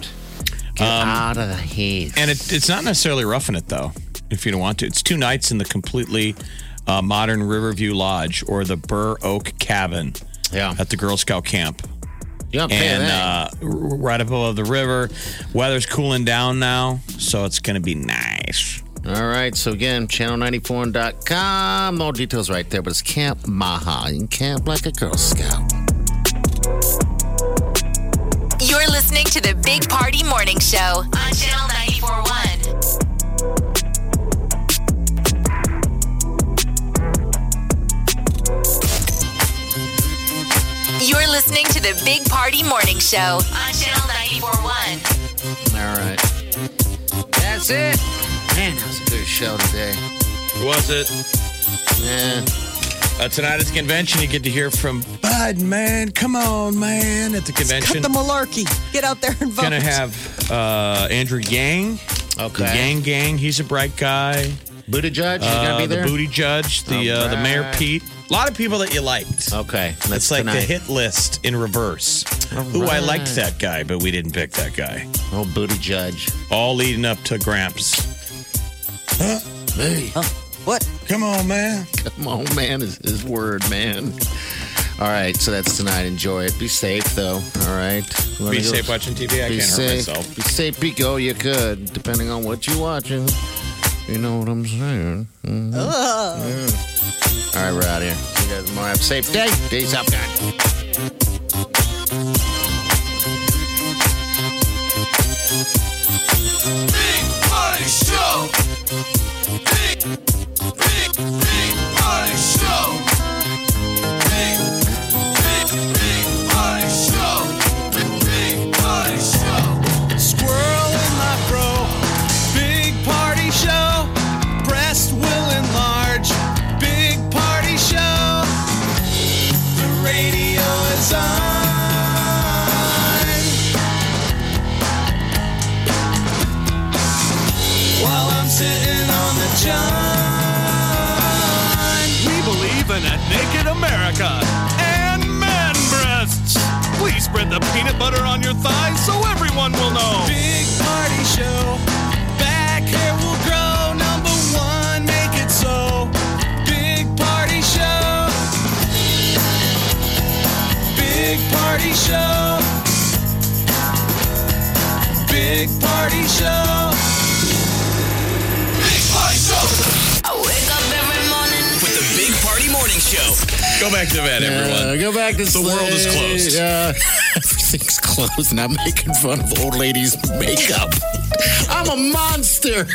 Speaker 4: get out of the heat.
Speaker 5: Um, And it, it's not necessarily roughing it though, if you don't want to. It's two nights in the completely uh, modern Riverview Lodge or the Burr Oak Cabin.
Speaker 4: Yeah.
Speaker 5: At the Girl Scout camp.
Speaker 4: Yeah,
Speaker 5: and uh, r- right up above the river. Weather's cooling down now, so it's going to be nice.
Speaker 4: All right, so again, channel94.com. More details right there, but it's Camp Maha. You can camp like a Girl Scout.
Speaker 3: You're listening to the Big Party Morning Show on Channel 941. You're listening to the Big Party Morning Show on Channel 941.
Speaker 4: All right. That's it. Man, that was a good show today.
Speaker 5: Was it?
Speaker 4: Yeah.
Speaker 5: Uh, tonight at the convention, you get to hear from Bud, man. Come on, man. At the convention,
Speaker 6: Cut the malarkey. Get out there and vote.
Speaker 5: Gonna have uh, Andrew Yang. Okay. The Yang Gang. He's a bright guy.
Speaker 4: Booty Judge.
Speaker 5: Uh,
Speaker 4: He's gonna be there?
Speaker 5: The Booty Judge. The uh, the Mayor
Speaker 4: Alright.
Speaker 5: Pete. A lot of people that you liked.
Speaker 4: Okay.
Speaker 5: It's like the
Speaker 4: tonight.
Speaker 5: hit list in reverse. Ooh, I liked
Speaker 4: Alright.
Speaker 5: that guy, but we didn't pick that guy.
Speaker 4: Oh, Booty Judge.
Speaker 5: All leading up to Gramps.
Speaker 4: Huh? Hey.
Speaker 6: What?
Speaker 5: Come on, man.
Speaker 4: Come on, man, is his word, man. All right, so that's tonight. Enjoy it. Be safe, though. All right. You wanna
Speaker 5: Be
Speaker 4: go-
Speaker 5: safe watching TV. I
Speaker 4: Be
Speaker 5: can't hurt
Speaker 4: safe.
Speaker 5: myself.
Speaker 4: Be safe, Pico. You could, depending on what you're watching. You know what I'm saying? Mhm. Yeah. All right, we're out of here. See you guys tomorrow. Have a safe day. Days up, guys.
Speaker 2: Big Party Show. Big, big, big Party Show. Big, big, big Party Show. Big Party Show. Squirrel in my bro. Big Party Show. Breast will enlarge. Big Party Show. The radio is on. while I'm sitting on the john. We believe in a naked America and man breasts. Please spread the peanut butter on your thighs so everyone will know. Big party show. Back hair will grow. Number one, make it so. Big party show. Big party show. Big party show. Big Party Show. I wake up every morning with the Big Party Morning Show.
Speaker 5: Go back to bed, everyone.
Speaker 4: Uh, go back to
Speaker 5: The world is
Speaker 4: sleep.
Speaker 5: closed.
Speaker 4: Uh, everything's closed, and I'm making fun of old ladies' makeup. I'm a monster.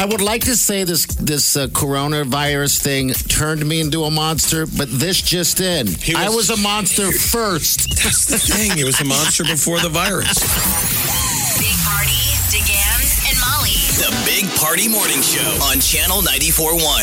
Speaker 4: I would like to say this this uh, coronavirus thing turned me into a monster, but this just in. I was a monster first.
Speaker 5: That's the thing. It was a monster before the virus.
Speaker 3: Big Party, DeGan, and Molly.
Speaker 2: The Big Party Morning Show on Channel 94.1.